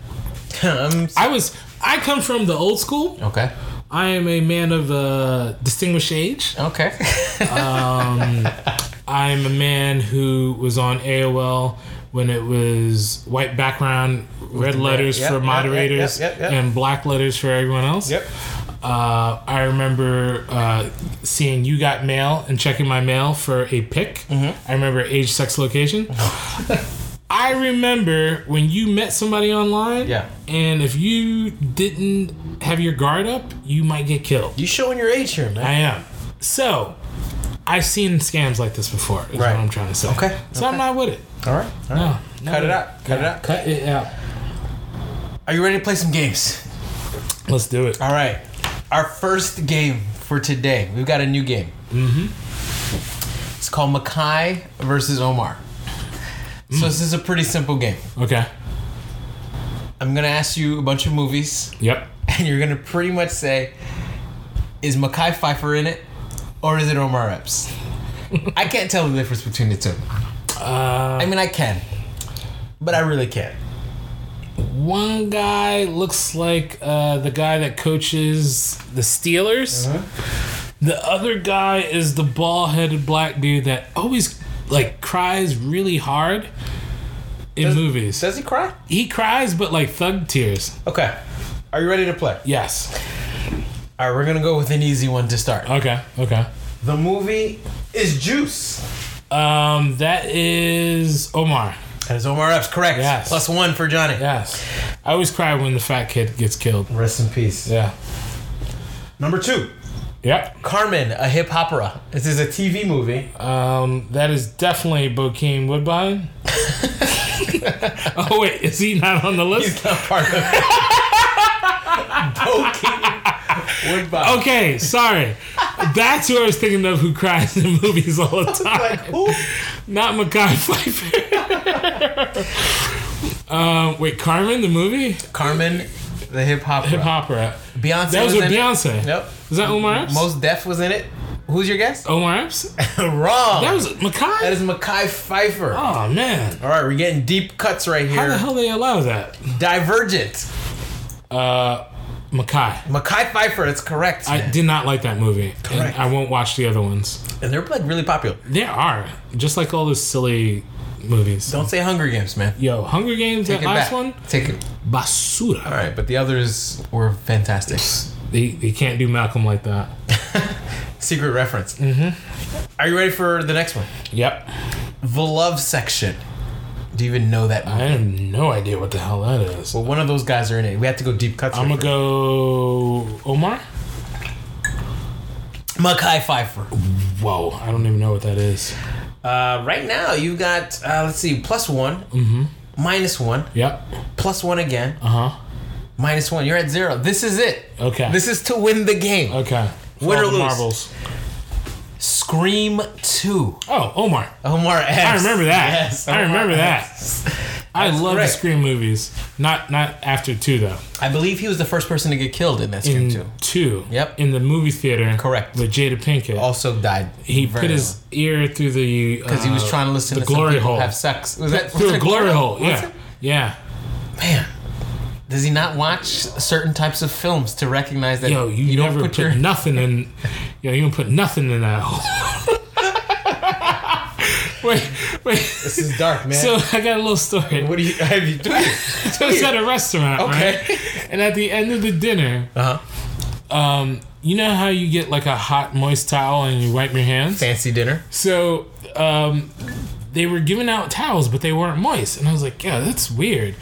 Speaker 2: that.
Speaker 1: Um,
Speaker 2: I was. I come from the old school.
Speaker 1: okay.
Speaker 2: I am a man of uh, distinguished age.
Speaker 1: Okay.
Speaker 2: Um, I'm a man who was on AOL when it was white background, red letters
Speaker 1: yep,
Speaker 2: for
Speaker 1: yep,
Speaker 2: moderators,
Speaker 1: yep, yep, yep.
Speaker 2: and black letters for everyone else. Uh, I remember uh, seeing you got mail and checking my mail for a pic.
Speaker 1: Mm-hmm.
Speaker 2: I remember age, sex, location. I remember when you met somebody online.
Speaker 1: Yeah.
Speaker 2: And if you didn't have your guard up, you might get killed.
Speaker 1: You showing your age here, man.
Speaker 2: I am. So, I've seen scams like this before. Is
Speaker 1: Right.
Speaker 2: what I'm trying to say.
Speaker 1: Okay,
Speaker 2: So I'm
Speaker 1: okay.
Speaker 2: not with it.
Speaker 1: All right. All right.
Speaker 2: No. not
Speaker 1: Cut it
Speaker 2: with
Speaker 1: out. Cut it out.
Speaker 2: Cut it out.
Speaker 1: Are you ready to play some games?
Speaker 2: Let's do it.
Speaker 1: All right. Our first game for today. We've got a new game. Mm-hmm. It's called Makai versus Omar. So this is a pretty simple game.
Speaker 2: Okay.
Speaker 1: I'm gonna ask you a bunch of movies,
Speaker 2: Yep.
Speaker 1: and you're gonna pretty much say, "Is Makai Pfeiffer in it, or is it Omar Epps?" I can't tell the difference between the two. I mean, I can, but I really can't.
Speaker 2: One guy looks like uh, the guy that coaches the Steelers.
Speaker 1: Uh-huh.
Speaker 2: The other guy is the bald-headed black dude that always like cries really hard in movies.
Speaker 1: Does he cry?
Speaker 2: he cries, but like thug tears.
Speaker 1: Okay. Are you ready to play?
Speaker 2: Yes.
Speaker 1: All right, we're gonna go with an easy one to start.
Speaker 2: Okay. Okay.
Speaker 1: The movie is Juice.
Speaker 2: Um, that is Omar.
Speaker 1: That is Omar Epps, correct?
Speaker 2: Yes.
Speaker 1: Plus one for Johnny.
Speaker 2: Yes. I always cry when the fat kid gets killed.
Speaker 1: Rest in peace.
Speaker 2: Yeah.
Speaker 1: Number two,
Speaker 2: Yep.
Speaker 1: Carmen, a hip opera. This is a TV movie.
Speaker 2: Um, that is definitely Bokeem Woodbine. oh wait, is he not on the list?
Speaker 1: He's not part of it. Bokeem Woodbine.
Speaker 2: Okay, sorry. That's who I was thinking of who cries in movies all the time.
Speaker 1: Like, who?
Speaker 2: Not Mackay Pfeiffer. um, wait, Carmen, the movie?
Speaker 1: Carmen, the hip
Speaker 2: Hip
Speaker 1: opera.
Speaker 2: opera.
Speaker 1: Beyonce.
Speaker 2: That was with
Speaker 1: in
Speaker 2: Beyonce.
Speaker 1: It. Yep.
Speaker 2: Is that Omar Epps?
Speaker 1: Most Def was in it. Who's your guess?
Speaker 2: Omar Epps?
Speaker 1: Wrong.
Speaker 2: That was
Speaker 1: that
Speaker 2: Mackay?
Speaker 1: is Mackay Pfeiffer.
Speaker 2: Oh man.
Speaker 1: All right, we're getting deep cuts right
Speaker 2: How
Speaker 1: here.
Speaker 2: the hell they allow that?
Speaker 1: Divergent.
Speaker 2: Uh, Mackay.
Speaker 1: Mackay Pfeiffer, that's correct.
Speaker 2: I
Speaker 1: man.
Speaker 2: did not like that movie. And
Speaker 1: Correct.
Speaker 2: I won't watch the other ones.
Speaker 1: And they're like really popular.
Speaker 2: There are just like all those silly movies.
Speaker 1: Don't say Hunger Games, man.
Speaker 2: Yo, Hunger Games,
Speaker 1: Take
Speaker 2: that
Speaker 1: it
Speaker 2: last
Speaker 1: back.
Speaker 2: one,
Speaker 1: Take it.
Speaker 2: basura.
Speaker 1: All right, but the others were fantastic.
Speaker 2: They they can't do Malcolm like that.
Speaker 1: Secret reference. Mm-hmm. Are you ready for the next one?
Speaker 2: Yep,
Speaker 1: The Love Section. Do you even know that movie?
Speaker 2: I have no idea what the hell that is.
Speaker 1: Well, one of those guys are in it. We have to go deep cuts.
Speaker 2: I'm gonna go Omar.
Speaker 1: go Mackay Pfeiffer.
Speaker 2: Whoa, I don't even know what that is.
Speaker 1: Uh, right now, you got uh, let's see, plus one, minus one,
Speaker 2: Yep.
Speaker 1: plus one again,
Speaker 2: Mm-hmm. Uh huh.
Speaker 1: minus one. You're at zero. This is it.
Speaker 2: Okay.
Speaker 1: This is to win the game.
Speaker 2: okay.
Speaker 1: Win or
Speaker 2: All the
Speaker 1: lose.
Speaker 2: Marbles.
Speaker 1: Scream two.
Speaker 2: Oh, Omar.
Speaker 1: Omar Epps.
Speaker 2: I remember that.
Speaker 1: Yes,
Speaker 2: I
Speaker 1: Omar
Speaker 2: remember that.
Speaker 1: Epps.
Speaker 2: I
Speaker 1: That's
Speaker 2: love the
Speaker 1: correct.
Speaker 2: Scream movies. Not not after two though.
Speaker 1: I believe he was the first person to get killed in that Scream
Speaker 2: in
Speaker 1: 2.
Speaker 2: two.
Speaker 1: Yep.
Speaker 2: In the movie theater.
Speaker 1: Correct.
Speaker 2: With Jada Pinkett.
Speaker 1: Also died.
Speaker 2: he put his ear through the uh,
Speaker 1: because he was trying to listen
Speaker 2: the
Speaker 1: to some
Speaker 2: glory
Speaker 1: people
Speaker 2: hole.
Speaker 1: have sex. Was that was
Speaker 2: through
Speaker 1: it
Speaker 2: a glory hole.
Speaker 1: Was
Speaker 2: Yeah.
Speaker 1: it?
Speaker 2: Yeah.
Speaker 1: Man, does he not watch certain types of films to recognize that
Speaker 2: Yo, you, never put, nothing in. Yo, you don't put nothing in that hole. Wait,
Speaker 1: This is dark, man.
Speaker 2: So I got a little story.
Speaker 1: what do you have you doing?
Speaker 2: So I was at a restaurant,
Speaker 1: Okay.
Speaker 2: right? And at the end of the dinner,
Speaker 1: Uh huh.
Speaker 2: um, you know how you get like a hot moist towel and you wipe your hands?
Speaker 1: Fancy dinner.
Speaker 2: So um, they were giving out towels, but they weren't moist, and I was like, "Yeah, that's weird."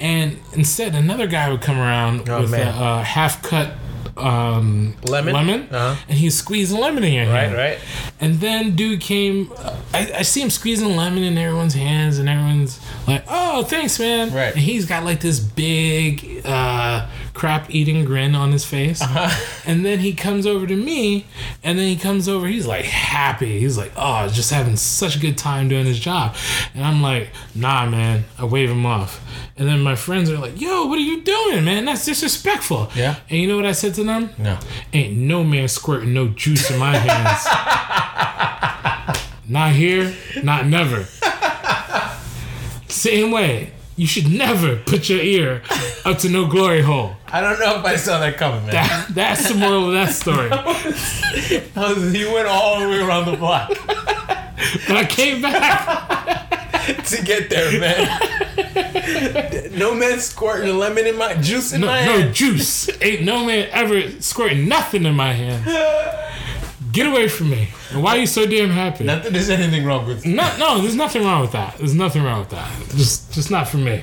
Speaker 2: And instead, another guy would come around
Speaker 1: Oh,
Speaker 2: with
Speaker 1: man.
Speaker 2: a, uh half cut um,
Speaker 1: Lemon?
Speaker 2: lemon,
Speaker 1: Uh-huh.
Speaker 2: and he squeezed lemon in your
Speaker 1: Right,
Speaker 2: hand.
Speaker 1: right.
Speaker 2: And then dude came. uh, I, I see him squeezing lemon in everyone's hands, and everyone's like, "Oh, thanks, man."
Speaker 1: Right.
Speaker 2: And he's got like this big uh, crap eating grin on his face.
Speaker 1: Uh-huh.
Speaker 2: And then he comes over to me, and then he comes over. He's like happy. He's like, "Oh, just having such a good time doing his job." And I'm like, "Nah, man." I wave him off. And then my friends are like, "Yo, what are you doing, man? That's disrespectful."
Speaker 1: Yeah.
Speaker 2: And you know what I said to them?
Speaker 1: No.
Speaker 2: Ain't no man squirting no juice in my hands. not here, not never. Same way, you should never put your ear up to no glory hole.
Speaker 1: I don't know if I saw that coming, man.
Speaker 2: That, that's the moral of that story. But
Speaker 1: he went all the way around the block
Speaker 2: I came back.
Speaker 1: to get there, man. no man squirting lemon in my juice in
Speaker 2: No,
Speaker 1: my
Speaker 2: no
Speaker 1: hand.
Speaker 2: juice. Ain't no man ever squirting nothing in my hand. Get away from me. And why are you so damn happy?
Speaker 1: Not that there's anything wrong with it.
Speaker 2: No, no, there's nothing wrong with that. There's nothing wrong with that. Just, just not for me.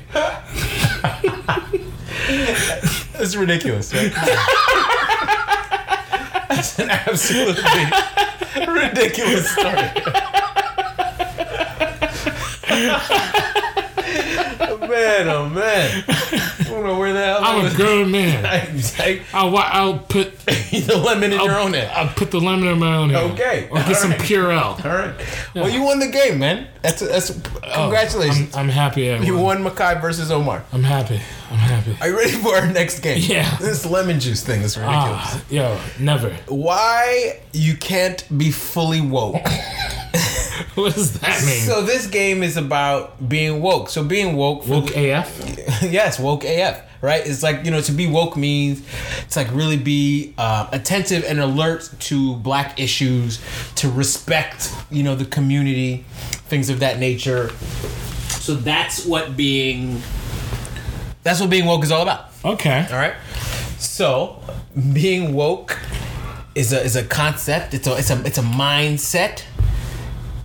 Speaker 1: It's ridiculous, man. That's an absolutely ridiculous story. man, oh man. I don't know where the hell that
Speaker 2: I'm a
Speaker 1: was-
Speaker 2: grown man.
Speaker 1: I-
Speaker 2: I'll, wa- I'll put
Speaker 1: I- the lemon in your own hand.
Speaker 2: I'll put the lemon in my own hand.
Speaker 1: Okay.
Speaker 2: Or get some
Speaker 1: Alright.
Speaker 2: Purell.
Speaker 1: All right. Well, you won the game, man. That's that's congratulations.
Speaker 2: Oh, I'm, I'm happy. I
Speaker 1: you
Speaker 2: won.
Speaker 1: won Makai versus Omar.
Speaker 2: I'm happy. I'm happy.
Speaker 1: Are you ready for our next game?
Speaker 2: Yeah.
Speaker 1: This lemon juice thing is ridiculous.
Speaker 2: Ah, yo, never.
Speaker 1: Why you can't be fully woke?
Speaker 2: What does that mean?
Speaker 1: so this game is about being woke. So being woke, for
Speaker 2: Woke AF.
Speaker 1: yes, woke AF. Right? It's like you know, to be woke means it's like really be uh, attentive and alert to black issues, to respect you know the community, things of that nature.
Speaker 4: So that's what being.
Speaker 1: That's what being woke is all about.
Speaker 2: Okay.
Speaker 1: All right. So, being woke is a is a concept. It's a it's a it's a mindset.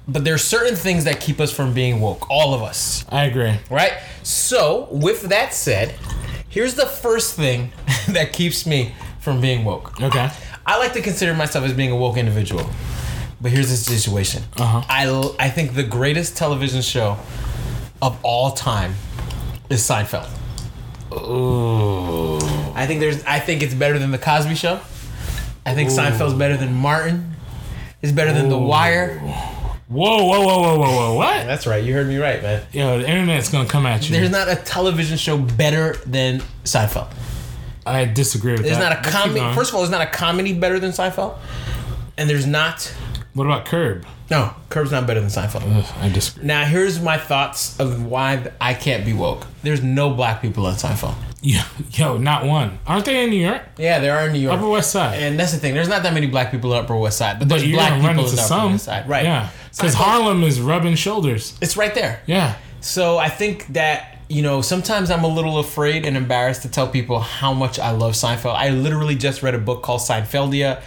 Speaker 1: But there are certain things that keep us from being woke. All of us,
Speaker 2: I agree.
Speaker 1: right? So, with that said, here's the first thing that keeps me from being woke.
Speaker 2: Okay.
Speaker 1: I like to consider myself as being a woke individual. But here's the situation.
Speaker 2: Uh-huh.
Speaker 1: I l- I think the greatest television show of all time is Seinfeld.
Speaker 2: Ooh.
Speaker 1: I think there's. I think it's better than the Cosby Show. I think Seinfeld's better than Martin. It's better than The Wire.
Speaker 2: Whoa, whoa, whoa, whoa, whoa, whoa. What?
Speaker 1: That's right. You heard me right, man.
Speaker 2: Yo, the internet's gonna come at you.
Speaker 1: There's not a television show better than Seinfeld.
Speaker 2: I disagree with
Speaker 1: There's
Speaker 2: that.
Speaker 1: not a
Speaker 2: Let's keep
Speaker 1: comedy.
Speaker 2: going.
Speaker 1: First of all, there's not a comedy better than Seinfeld, and there's not.
Speaker 2: what about Curb?
Speaker 1: No, Curb's not better than Seinfeld.
Speaker 2: Ugh, I disagree.
Speaker 1: Now here's my thoughts of why I can't be woke. There's no black people on Seinfeld.
Speaker 2: Yo, yo, not one. Aren't they in New York?
Speaker 1: Yeah, there are in New York.
Speaker 2: Upper West Side.
Speaker 1: and that's the thing. There's not that many black people on Upper West Side, but there's
Speaker 2: but you're
Speaker 1: black
Speaker 2: gonna run
Speaker 1: people in
Speaker 2: into
Speaker 1: the Upper
Speaker 2: some.
Speaker 1: West Side. Right.
Speaker 2: Yeah. Because
Speaker 1: Seinfeld-
Speaker 2: Harlem is rubbing shoulders.
Speaker 1: It's right there.
Speaker 2: Yeah.
Speaker 1: So I think that you know sometimes I'm a little afraid and embarrassed to tell people how much I love Seinfeld. I literally just read a book called Seinfeldia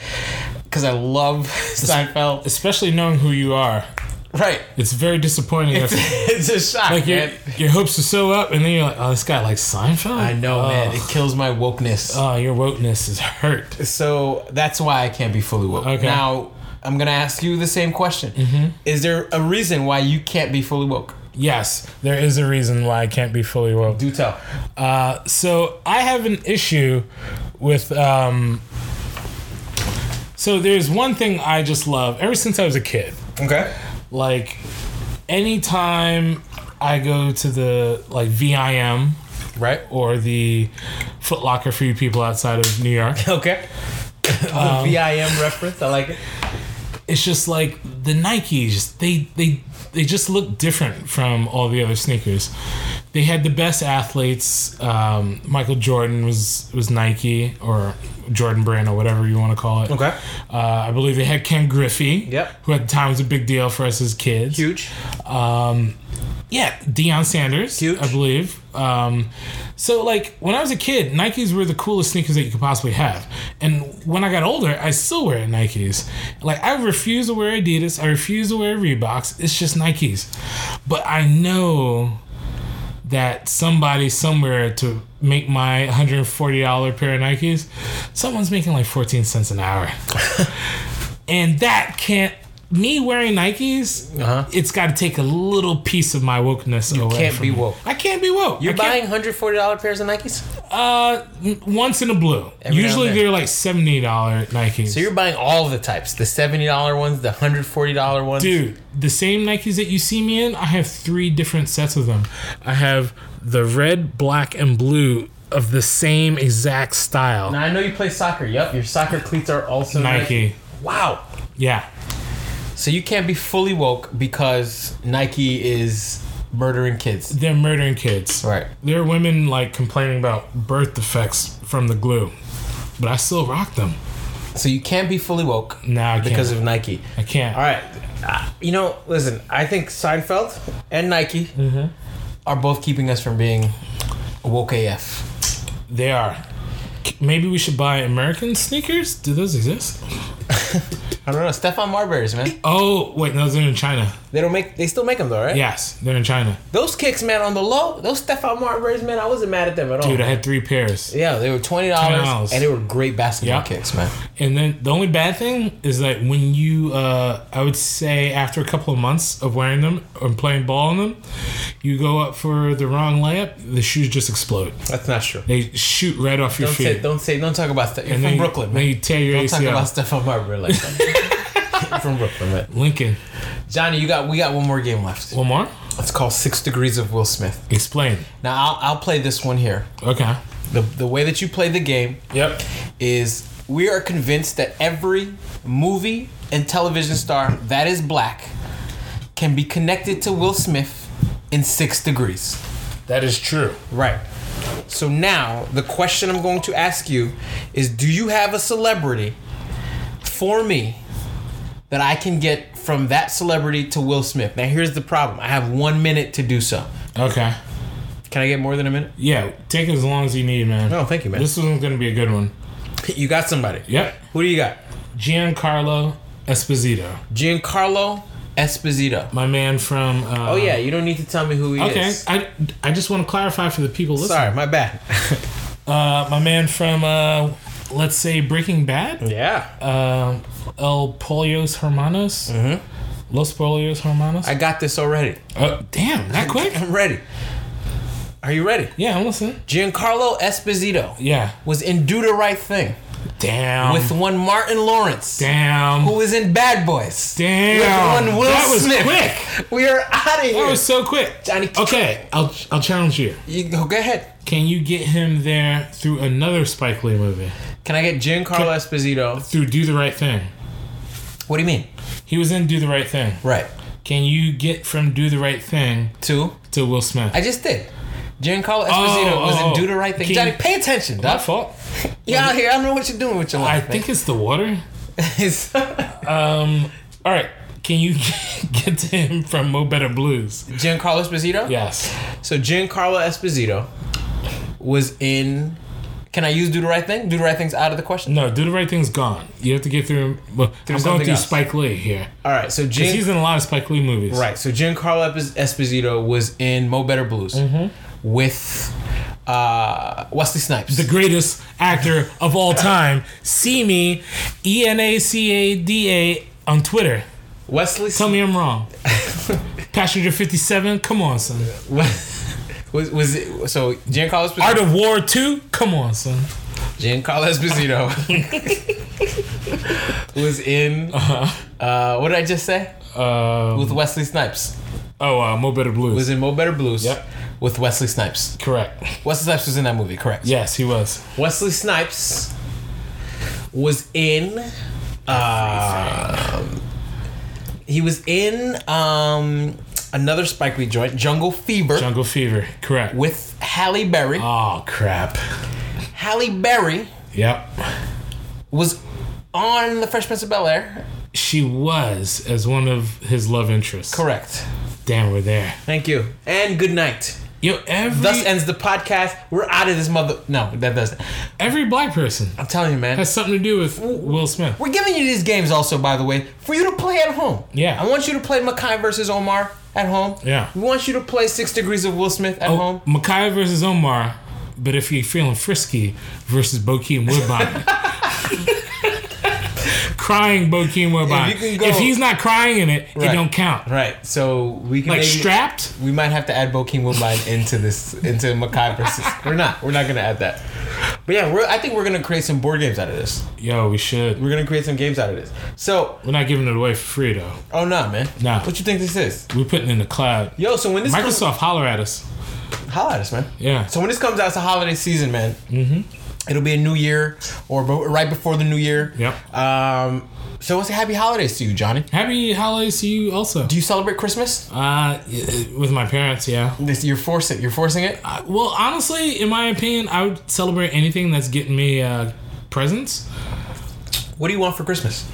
Speaker 1: because I love Seinfeld.
Speaker 2: Especially knowing who you are.
Speaker 1: Right,
Speaker 2: It's very disappointing. if,
Speaker 1: it's a shock,
Speaker 2: like your,
Speaker 1: man.
Speaker 2: your hopes are so up, and then you're like, oh, this guy likes Seinfeld?
Speaker 1: I know, man.
Speaker 2: Ugh.
Speaker 1: It kills my wokeness.
Speaker 2: Oh, your wokeness is hurt.
Speaker 1: so that's why I can't be fully woke.
Speaker 2: Okay. Mm-hmm.
Speaker 1: Now I'm gonna ask you the same question: Is there a reason why you can't be fully woke?
Speaker 2: Yes, there is a reason why I can't be fully woke.
Speaker 1: Do tell.
Speaker 2: Uh, so I have an issue with. Um, so there's one thing I just love ever since I was a kid.
Speaker 1: Okay.
Speaker 2: Like, anytime I go to the like VIM
Speaker 1: Right.
Speaker 2: or the Foot Locker for you people outside of New York.
Speaker 1: Okay. the
Speaker 2: Um,
Speaker 1: VIM reference. I like it.
Speaker 2: it's just like the Nikes. They they they just look different from all the other sneakers. they had the best athletes. Um, Michael Jordan was was Nike or Jordan Brand or whatever you want to call it.
Speaker 1: Okay.
Speaker 2: Uh, I believe they had Ken Griffey.
Speaker 1: Yep.
Speaker 2: Who at the time was a big deal for us as kids.
Speaker 1: Huge.
Speaker 2: Yeah, Deion Sanders,
Speaker 1: Huge.
Speaker 2: I believe. Um, so, like, when I was a kid, Nikes were the coolest sneakers that you could possibly have. And when I got older, I still wear Nikes. Like, I refuse to wear Adidas. I refuse to wear Reeboks. It's just Nikes. But I know that somebody somewhere to make my $140 pair of Nikes, someone's making like 14 cents an hour. and that can't. Me wearing Nikes,
Speaker 1: Uh-huh.
Speaker 2: it's got to take a little piece of my wokeness away.
Speaker 1: can't
Speaker 2: from
Speaker 1: be
Speaker 2: me.
Speaker 1: woke.
Speaker 2: I can't be woke.
Speaker 1: You're
Speaker 2: I can't-
Speaker 1: buying hundred forty dollar pairs of Nikes,
Speaker 2: uh n- once in a blue.
Speaker 1: Every now
Speaker 2: Usually
Speaker 1: and then.
Speaker 2: they're like seventy dollar Nikes.
Speaker 1: so you're buying all the types: the seventy dollar ones, the hundred forty dollar ones.
Speaker 2: Dude, the same Nikes that you see me in, I have three different sets of them. I have the red, black, and blue of the same exact style.
Speaker 1: Now I know you play soccer. Yep, your soccer cleats are also
Speaker 2: Nike.
Speaker 1: Wow.
Speaker 2: Yeah.
Speaker 1: So you can't be fully woke because Nike is murdering kids.
Speaker 2: They're murdering kids.
Speaker 1: Right.
Speaker 2: There are women like complaining about birth defects from the glue. But I still rock them.
Speaker 1: So you can't be fully woke
Speaker 2: Nah, I can't.
Speaker 1: because of Nike.
Speaker 2: I can't.
Speaker 1: All right. Uh, you know, listen, I think Seinfeld and Nike
Speaker 2: Mm-hmm.
Speaker 1: are both keeping us from being woke AF.
Speaker 2: They are. K- Maybe we should buy American sneakers? Do those exist?
Speaker 1: I don't know. Stefan Marbury's, man.
Speaker 2: Oh, wait, no, those are in China.
Speaker 1: They don't make. They still make them though, right?
Speaker 2: Yes, they're in China.
Speaker 1: Those kicks, man, on the low. Those Stefan Marbury's, man. I wasn't mad at them at all.
Speaker 2: Dude, I had three pairs.
Speaker 1: yeah, they were twenty
Speaker 2: $20.
Speaker 1: dollars, and they were great basketball
Speaker 2: Yeah.
Speaker 1: kicks, man.
Speaker 2: And then the only bad thing is that when you, uh, I would say after a couple of months of wearing them or playing ball in them, you go up for the wrong layup, the shoes just explode.
Speaker 1: That's not true.
Speaker 2: They shoot right off your
Speaker 1: Don't
Speaker 2: feet.
Speaker 1: say, don't say, don't talk about. Ste- You're
Speaker 2: and
Speaker 1: from
Speaker 2: then,
Speaker 1: Brooklyn,
Speaker 2: Then
Speaker 1: man.
Speaker 2: you tear your
Speaker 1: Don't talk about
Speaker 2: ACL.
Speaker 1: Stefan Marbury like that. You're from Brooklyn, man.
Speaker 2: Lincoln,
Speaker 1: Johnny, you got. We got one more game left.
Speaker 2: one more?
Speaker 1: It's called Six Degrees of Will Smith.
Speaker 2: Explain.
Speaker 1: Now I'll, I'll play this one here.
Speaker 2: Okay.
Speaker 1: The the way that you play the game
Speaker 2: Yep.
Speaker 1: is we are convinced that every movie and television star that is black can be connected to Will Smith in six degrees.
Speaker 2: That is true.
Speaker 1: Right. So now the question I'm going to ask you is do you have a celebrity for me that I can get from that celebrity to Will Smith? Now here's the problem. I have 1 minute to do so.
Speaker 2: Okay.
Speaker 1: Can I get more than a minute?
Speaker 2: Yeah, take it as long as you need, man.
Speaker 1: No, Oh, thank you, man.
Speaker 2: This one's going to be a good one.
Speaker 1: You got somebody.
Speaker 2: Yep.
Speaker 1: Who do you got?
Speaker 2: Giancarlo Esposito,
Speaker 1: Giancarlo Esposito.
Speaker 2: my man from. Uh,
Speaker 1: Oh yeah, you don't need to tell me who he
Speaker 2: Okay,
Speaker 1: is.
Speaker 2: I, I just want to clarify for the people listening.
Speaker 1: Sorry, my bad.
Speaker 2: Uh, my man from, uh, let's say, Breaking Bad,
Speaker 1: yeah.
Speaker 2: uh, El Polios Hermanos, Los Polios Hermanos.
Speaker 1: Mm. I got this already.
Speaker 2: Uh, damn, that quick?
Speaker 1: I'm ready. Are you ready?
Speaker 2: yeah, I'm listening.
Speaker 1: Giancarlo Esposito
Speaker 2: Yeah.
Speaker 1: was in Do the Right Thing
Speaker 2: Damn.
Speaker 1: with one Martin Lawrence,
Speaker 2: Um, damn.
Speaker 1: who was in Bad Boys.
Speaker 2: damn.
Speaker 1: With one Will
Speaker 2: that was
Speaker 1: Smith.
Speaker 2: quick.
Speaker 1: We are out of here.
Speaker 2: That was so quick.
Speaker 1: Johnny-
Speaker 2: Okay, I'll I'll challenge you.
Speaker 1: You- go, go ahead.
Speaker 2: Can you get him there through another Spike Lee movie?
Speaker 1: Can I get Giancarlo Esposito?
Speaker 2: Through Do the Right Thing.
Speaker 1: What do you mean?
Speaker 2: He was in Do the Right Thing.
Speaker 1: Right.
Speaker 2: Can you get from Do the Right Thing
Speaker 1: Two.
Speaker 2: to Will Smith?
Speaker 1: I just did. Giancarlo Esposito
Speaker 2: Oh,
Speaker 1: was
Speaker 2: oh,
Speaker 1: in Do the Right Thing.
Speaker 2: King-
Speaker 1: Johnny, pay attention,
Speaker 2: My
Speaker 1: dog.
Speaker 2: fault.
Speaker 1: You out here? I don't know what you're doing with your
Speaker 2: I
Speaker 1: life.
Speaker 2: think it's the water. Um. All right. Can you get to him from Mo Better Blues?
Speaker 1: Giancarlo Esposito.
Speaker 2: Yes.
Speaker 1: So Giancarlo Esposito was in. Can I use Do the Right Thing? Do the Right Thing's out of the question.
Speaker 2: No. Do the right thing's gone. You have to get through. Well, I'm going
Speaker 1: something
Speaker 2: through
Speaker 1: else.
Speaker 2: Spike Lee here.
Speaker 1: All right. So
Speaker 2: Because
Speaker 1: Gian,
Speaker 2: he's in a lot of Spike Lee movies.
Speaker 1: right. So Giancarlo Epis- Esposito was in Mo Better Blues
Speaker 2: Mm-hmm.
Speaker 1: with uh, Wesley Snipes.
Speaker 2: The greatest actor of all time. See me, E N A C A D A on Twitter.
Speaker 1: Wesley.
Speaker 2: Tell me I'm wrong. Passenger 57. Come on, son.
Speaker 1: was was it, so Giancarlo Esposito.
Speaker 2: Art of War 2. Come on, son.
Speaker 1: Giancarlo Esposito was in. Uh, what did I just say?
Speaker 2: Uh,
Speaker 1: With Wesley Snipes
Speaker 2: oh, uh, Mo Better Blues.
Speaker 1: was in Mo Better Blues.
Speaker 2: Yep.
Speaker 1: With Wesley Snipes.
Speaker 2: Correct.
Speaker 1: Wesley Snipes was in that movie, correct?
Speaker 2: Yes, he was.
Speaker 1: Wesley Snipes was in. uh, Um, he was in um, another Spike Lee joint, Jungle Fever,
Speaker 2: Jungle Fever, correct.
Speaker 1: with Halle Berry.
Speaker 2: oh crap.
Speaker 1: Halle Berry
Speaker 2: Yep.
Speaker 1: was on The Fresh Prince of Bel Air.
Speaker 2: She was as one of his love interests.
Speaker 1: Correct.
Speaker 2: Damn, we're there.
Speaker 1: Thank you. And good night.
Speaker 2: Yo, every
Speaker 1: Thus ends the podcast. We're out of this mother. No, that doesn't.
Speaker 2: every black person
Speaker 1: I'm telling you, man.
Speaker 2: has something to do with Will Smith.
Speaker 1: We're giving you these games also, by the way, for you to play at home.
Speaker 2: Yeah.
Speaker 1: I want you to play Makai versus Omar at home.
Speaker 2: Yeah. Oh.
Speaker 1: We want you to play Six Degrees of Will Smith at home.
Speaker 2: Makai versus Omar, but if you're feeling frisky versus Bokeem Woodbine. crying Bokeem Woodbine.
Speaker 1: If you can go-
Speaker 2: If he's not crying in it, it
Speaker 1: Right.
Speaker 2: don't count.
Speaker 1: Right. So we can
Speaker 2: Like
Speaker 1: maybe-
Speaker 2: strapped?
Speaker 1: We might have to add Bokeem Woodbine into this into Makai versus. We're not. We're not gonna add that. But yeah, we're, I think we're gonna create some board games out of this.
Speaker 2: Yo, we should.
Speaker 1: We're gonna create some games out of this. So,
Speaker 2: We're not giving it away for free though.
Speaker 1: oh no, man.
Speaker 2: Nah.
Speaker 1: What you think this is?
Speaker 2: We're putting it in the cloud.
Speaker 1: Yo, so when this comes-
Speaker 2: Microsoft holler at us.
Speaker 1: Holla at us, man.
Speaker 2: Yeah.
Speaker 1: So when this comes out, it's a holiday season, man. Mm-hmm. It'll be a new year or bo- right before the new year.
Speaker 2: Yep.
Speaker 1: Um, so what's a happy holidays to you, Johnny?
Speaker 2: Happy holidays to you also.
Speaker 1: Do you celebrate Christmas?
Speaker 2: Uh, with my parents, yeah.
Speaker 1: This you're forcing you're forcing it.
Speaker 2: Uh, well, honestly, in my opinion, I would celebrate anything that's getting me uh, presents.
Speaker 1: What do you want for Christmas?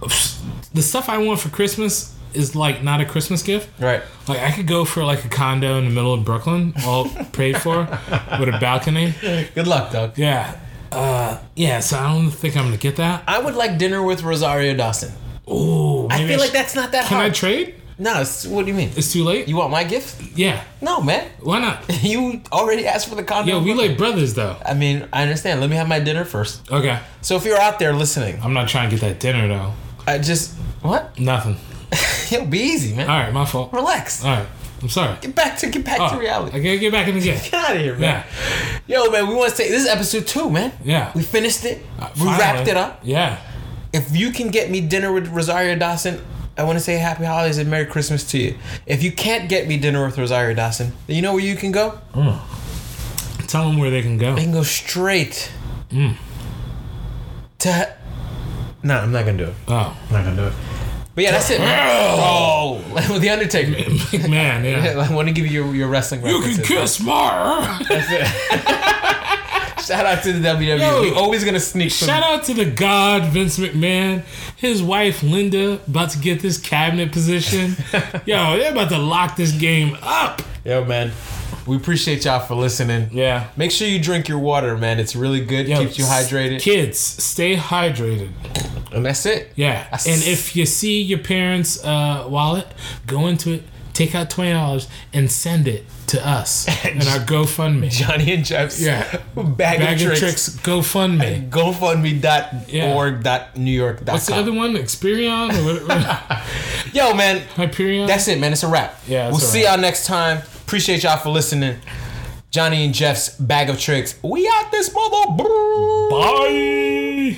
Speaker 2: The stuff I want for Christmas is like not a Christmas gift.
Speaker 1: Right.
Speaker 2: Like I could go for like a condo in the middle of Brooklyn, all paid for, with a balcony.
Speaker 1: Good luck, dog.
Speaker 2: Yeah. Uh, yeah. So I don't think I'm gonna get that.
Speaker 1: I would like dinner with Rosario Dawson.
Speaker 2: Oh,
Speaker 1: I feel like that's not that
Speaker 2: Can I
Speaker 1: hard.
Speaker 2: trade?
Speaker 1: no, it's, what do you mean?
Speaker 2: It's too late.
Speaker 1: You want my gift?
Speaker 2: yeah.
Speaker 1: No, man.
Speaker 2: Why not?
Speaker 1: You already asked for the condo.
Speaker 2: Yo, we like brothers though.
Speaker 1: I mean, I understand. Let me have my dinner first.
Speaker 2: Okay.
Speaker 1: So if you're out there listening,
Speaker 2: I'm not trying to get that dinner though.
Speaker 1: I just what?
Speaker 2: Nothing.
Speaker 1: Yo, be easy, man.
Speaker 2: All right, my fault. All
Speaker 1: Relax.
Speaker 2: right. I'm sorry.
Speaker 1: Get back to get back
Speaker 2: Oh,
Speaker 1: to reality.
Speaker 2: I gotta get back in the game.
Speaker 1: Get out of here, man.
Speaker 2: Yeah.
Speaker 1: Yo, man, we want to say this is episode two, man.
Speaker 2: Yeah. Uh,
Speaker 1: We finished it. we
Speaker 2: Finally.
Speaker 1: wrapped it up.
Speaker 2: Yeah.
Speaker 1: If you can get me dinner with Rosario Dawson, I want to say happy holidays and Merry Christmas to you. If you can't get me dinner with Rosario Dawson, then you know where you can go?
Speaker 2: Tell them where they can go.
Speaker 1: I can go straight
Speaker 2: Mm.
Speaker 1: to. No, I'm not gonna do it.
Speaker 2: Oh.
Speaker 1: I'm not gonna do it. But yeah, that's it. Man. Oh, the Undertaker.
Speaker 2: Man, yeah.
Speaker 1: I want to give you your, your wrestling.
Speaker 2: You can
Speaker 1: references.
Speaker 2: kiss my.
Speaker 1: Shout out to the WWE.
Speaker 2: Yo.
Speaker 1: we always gonna sneak. some-
Speaker 2: Shout out to the god Vince McMahon, his wife Linda about to get this cabinet position. Yo, they're about to lock this game up.
Speaker 1: Yo, man. We appreciate y'all for listening.
Speaker 2: Yeah.
Speaker 1: Make sure you drink your water, man. It's really good. Keeps you hydrated.
Speaker 2: Kids, stay hydrated.
Speaker 1: and that's it.
Speaker 2: Yeah.
Speaker 1: I s-
Speaker 2: and if you see your parents' uh, wallet, go into it, take out twenty dollars, and send it to us and our GoFundMe.
Speaker 1: Johnny and Jeff's
Speaker 2: Yeah.
Speaker 1: bag,
Speaker 2: Bag
Speaker 1: of tricks.
Speaker 2: GoFundMe. Yeah.
Speaker 1: GoFundMe.org.newyork.com.
Speaker 2: What's the other one? Experion or whatever.
Speaker 1: Yo, man.
Speaker 2: Hyperion.
Speaker 1: That's it, man. It's a wrap.
Speaker 2: Yeah, it's
Speaker 1: We'll
Speaker 2: a
Speaker 1: see
Speaker 2: wrap.
Speaker 1: y'all next time. Appreciate y'all for listening. Johnny and Jeff's bag of tricks. We out this mother.
Speaker 2: Bye.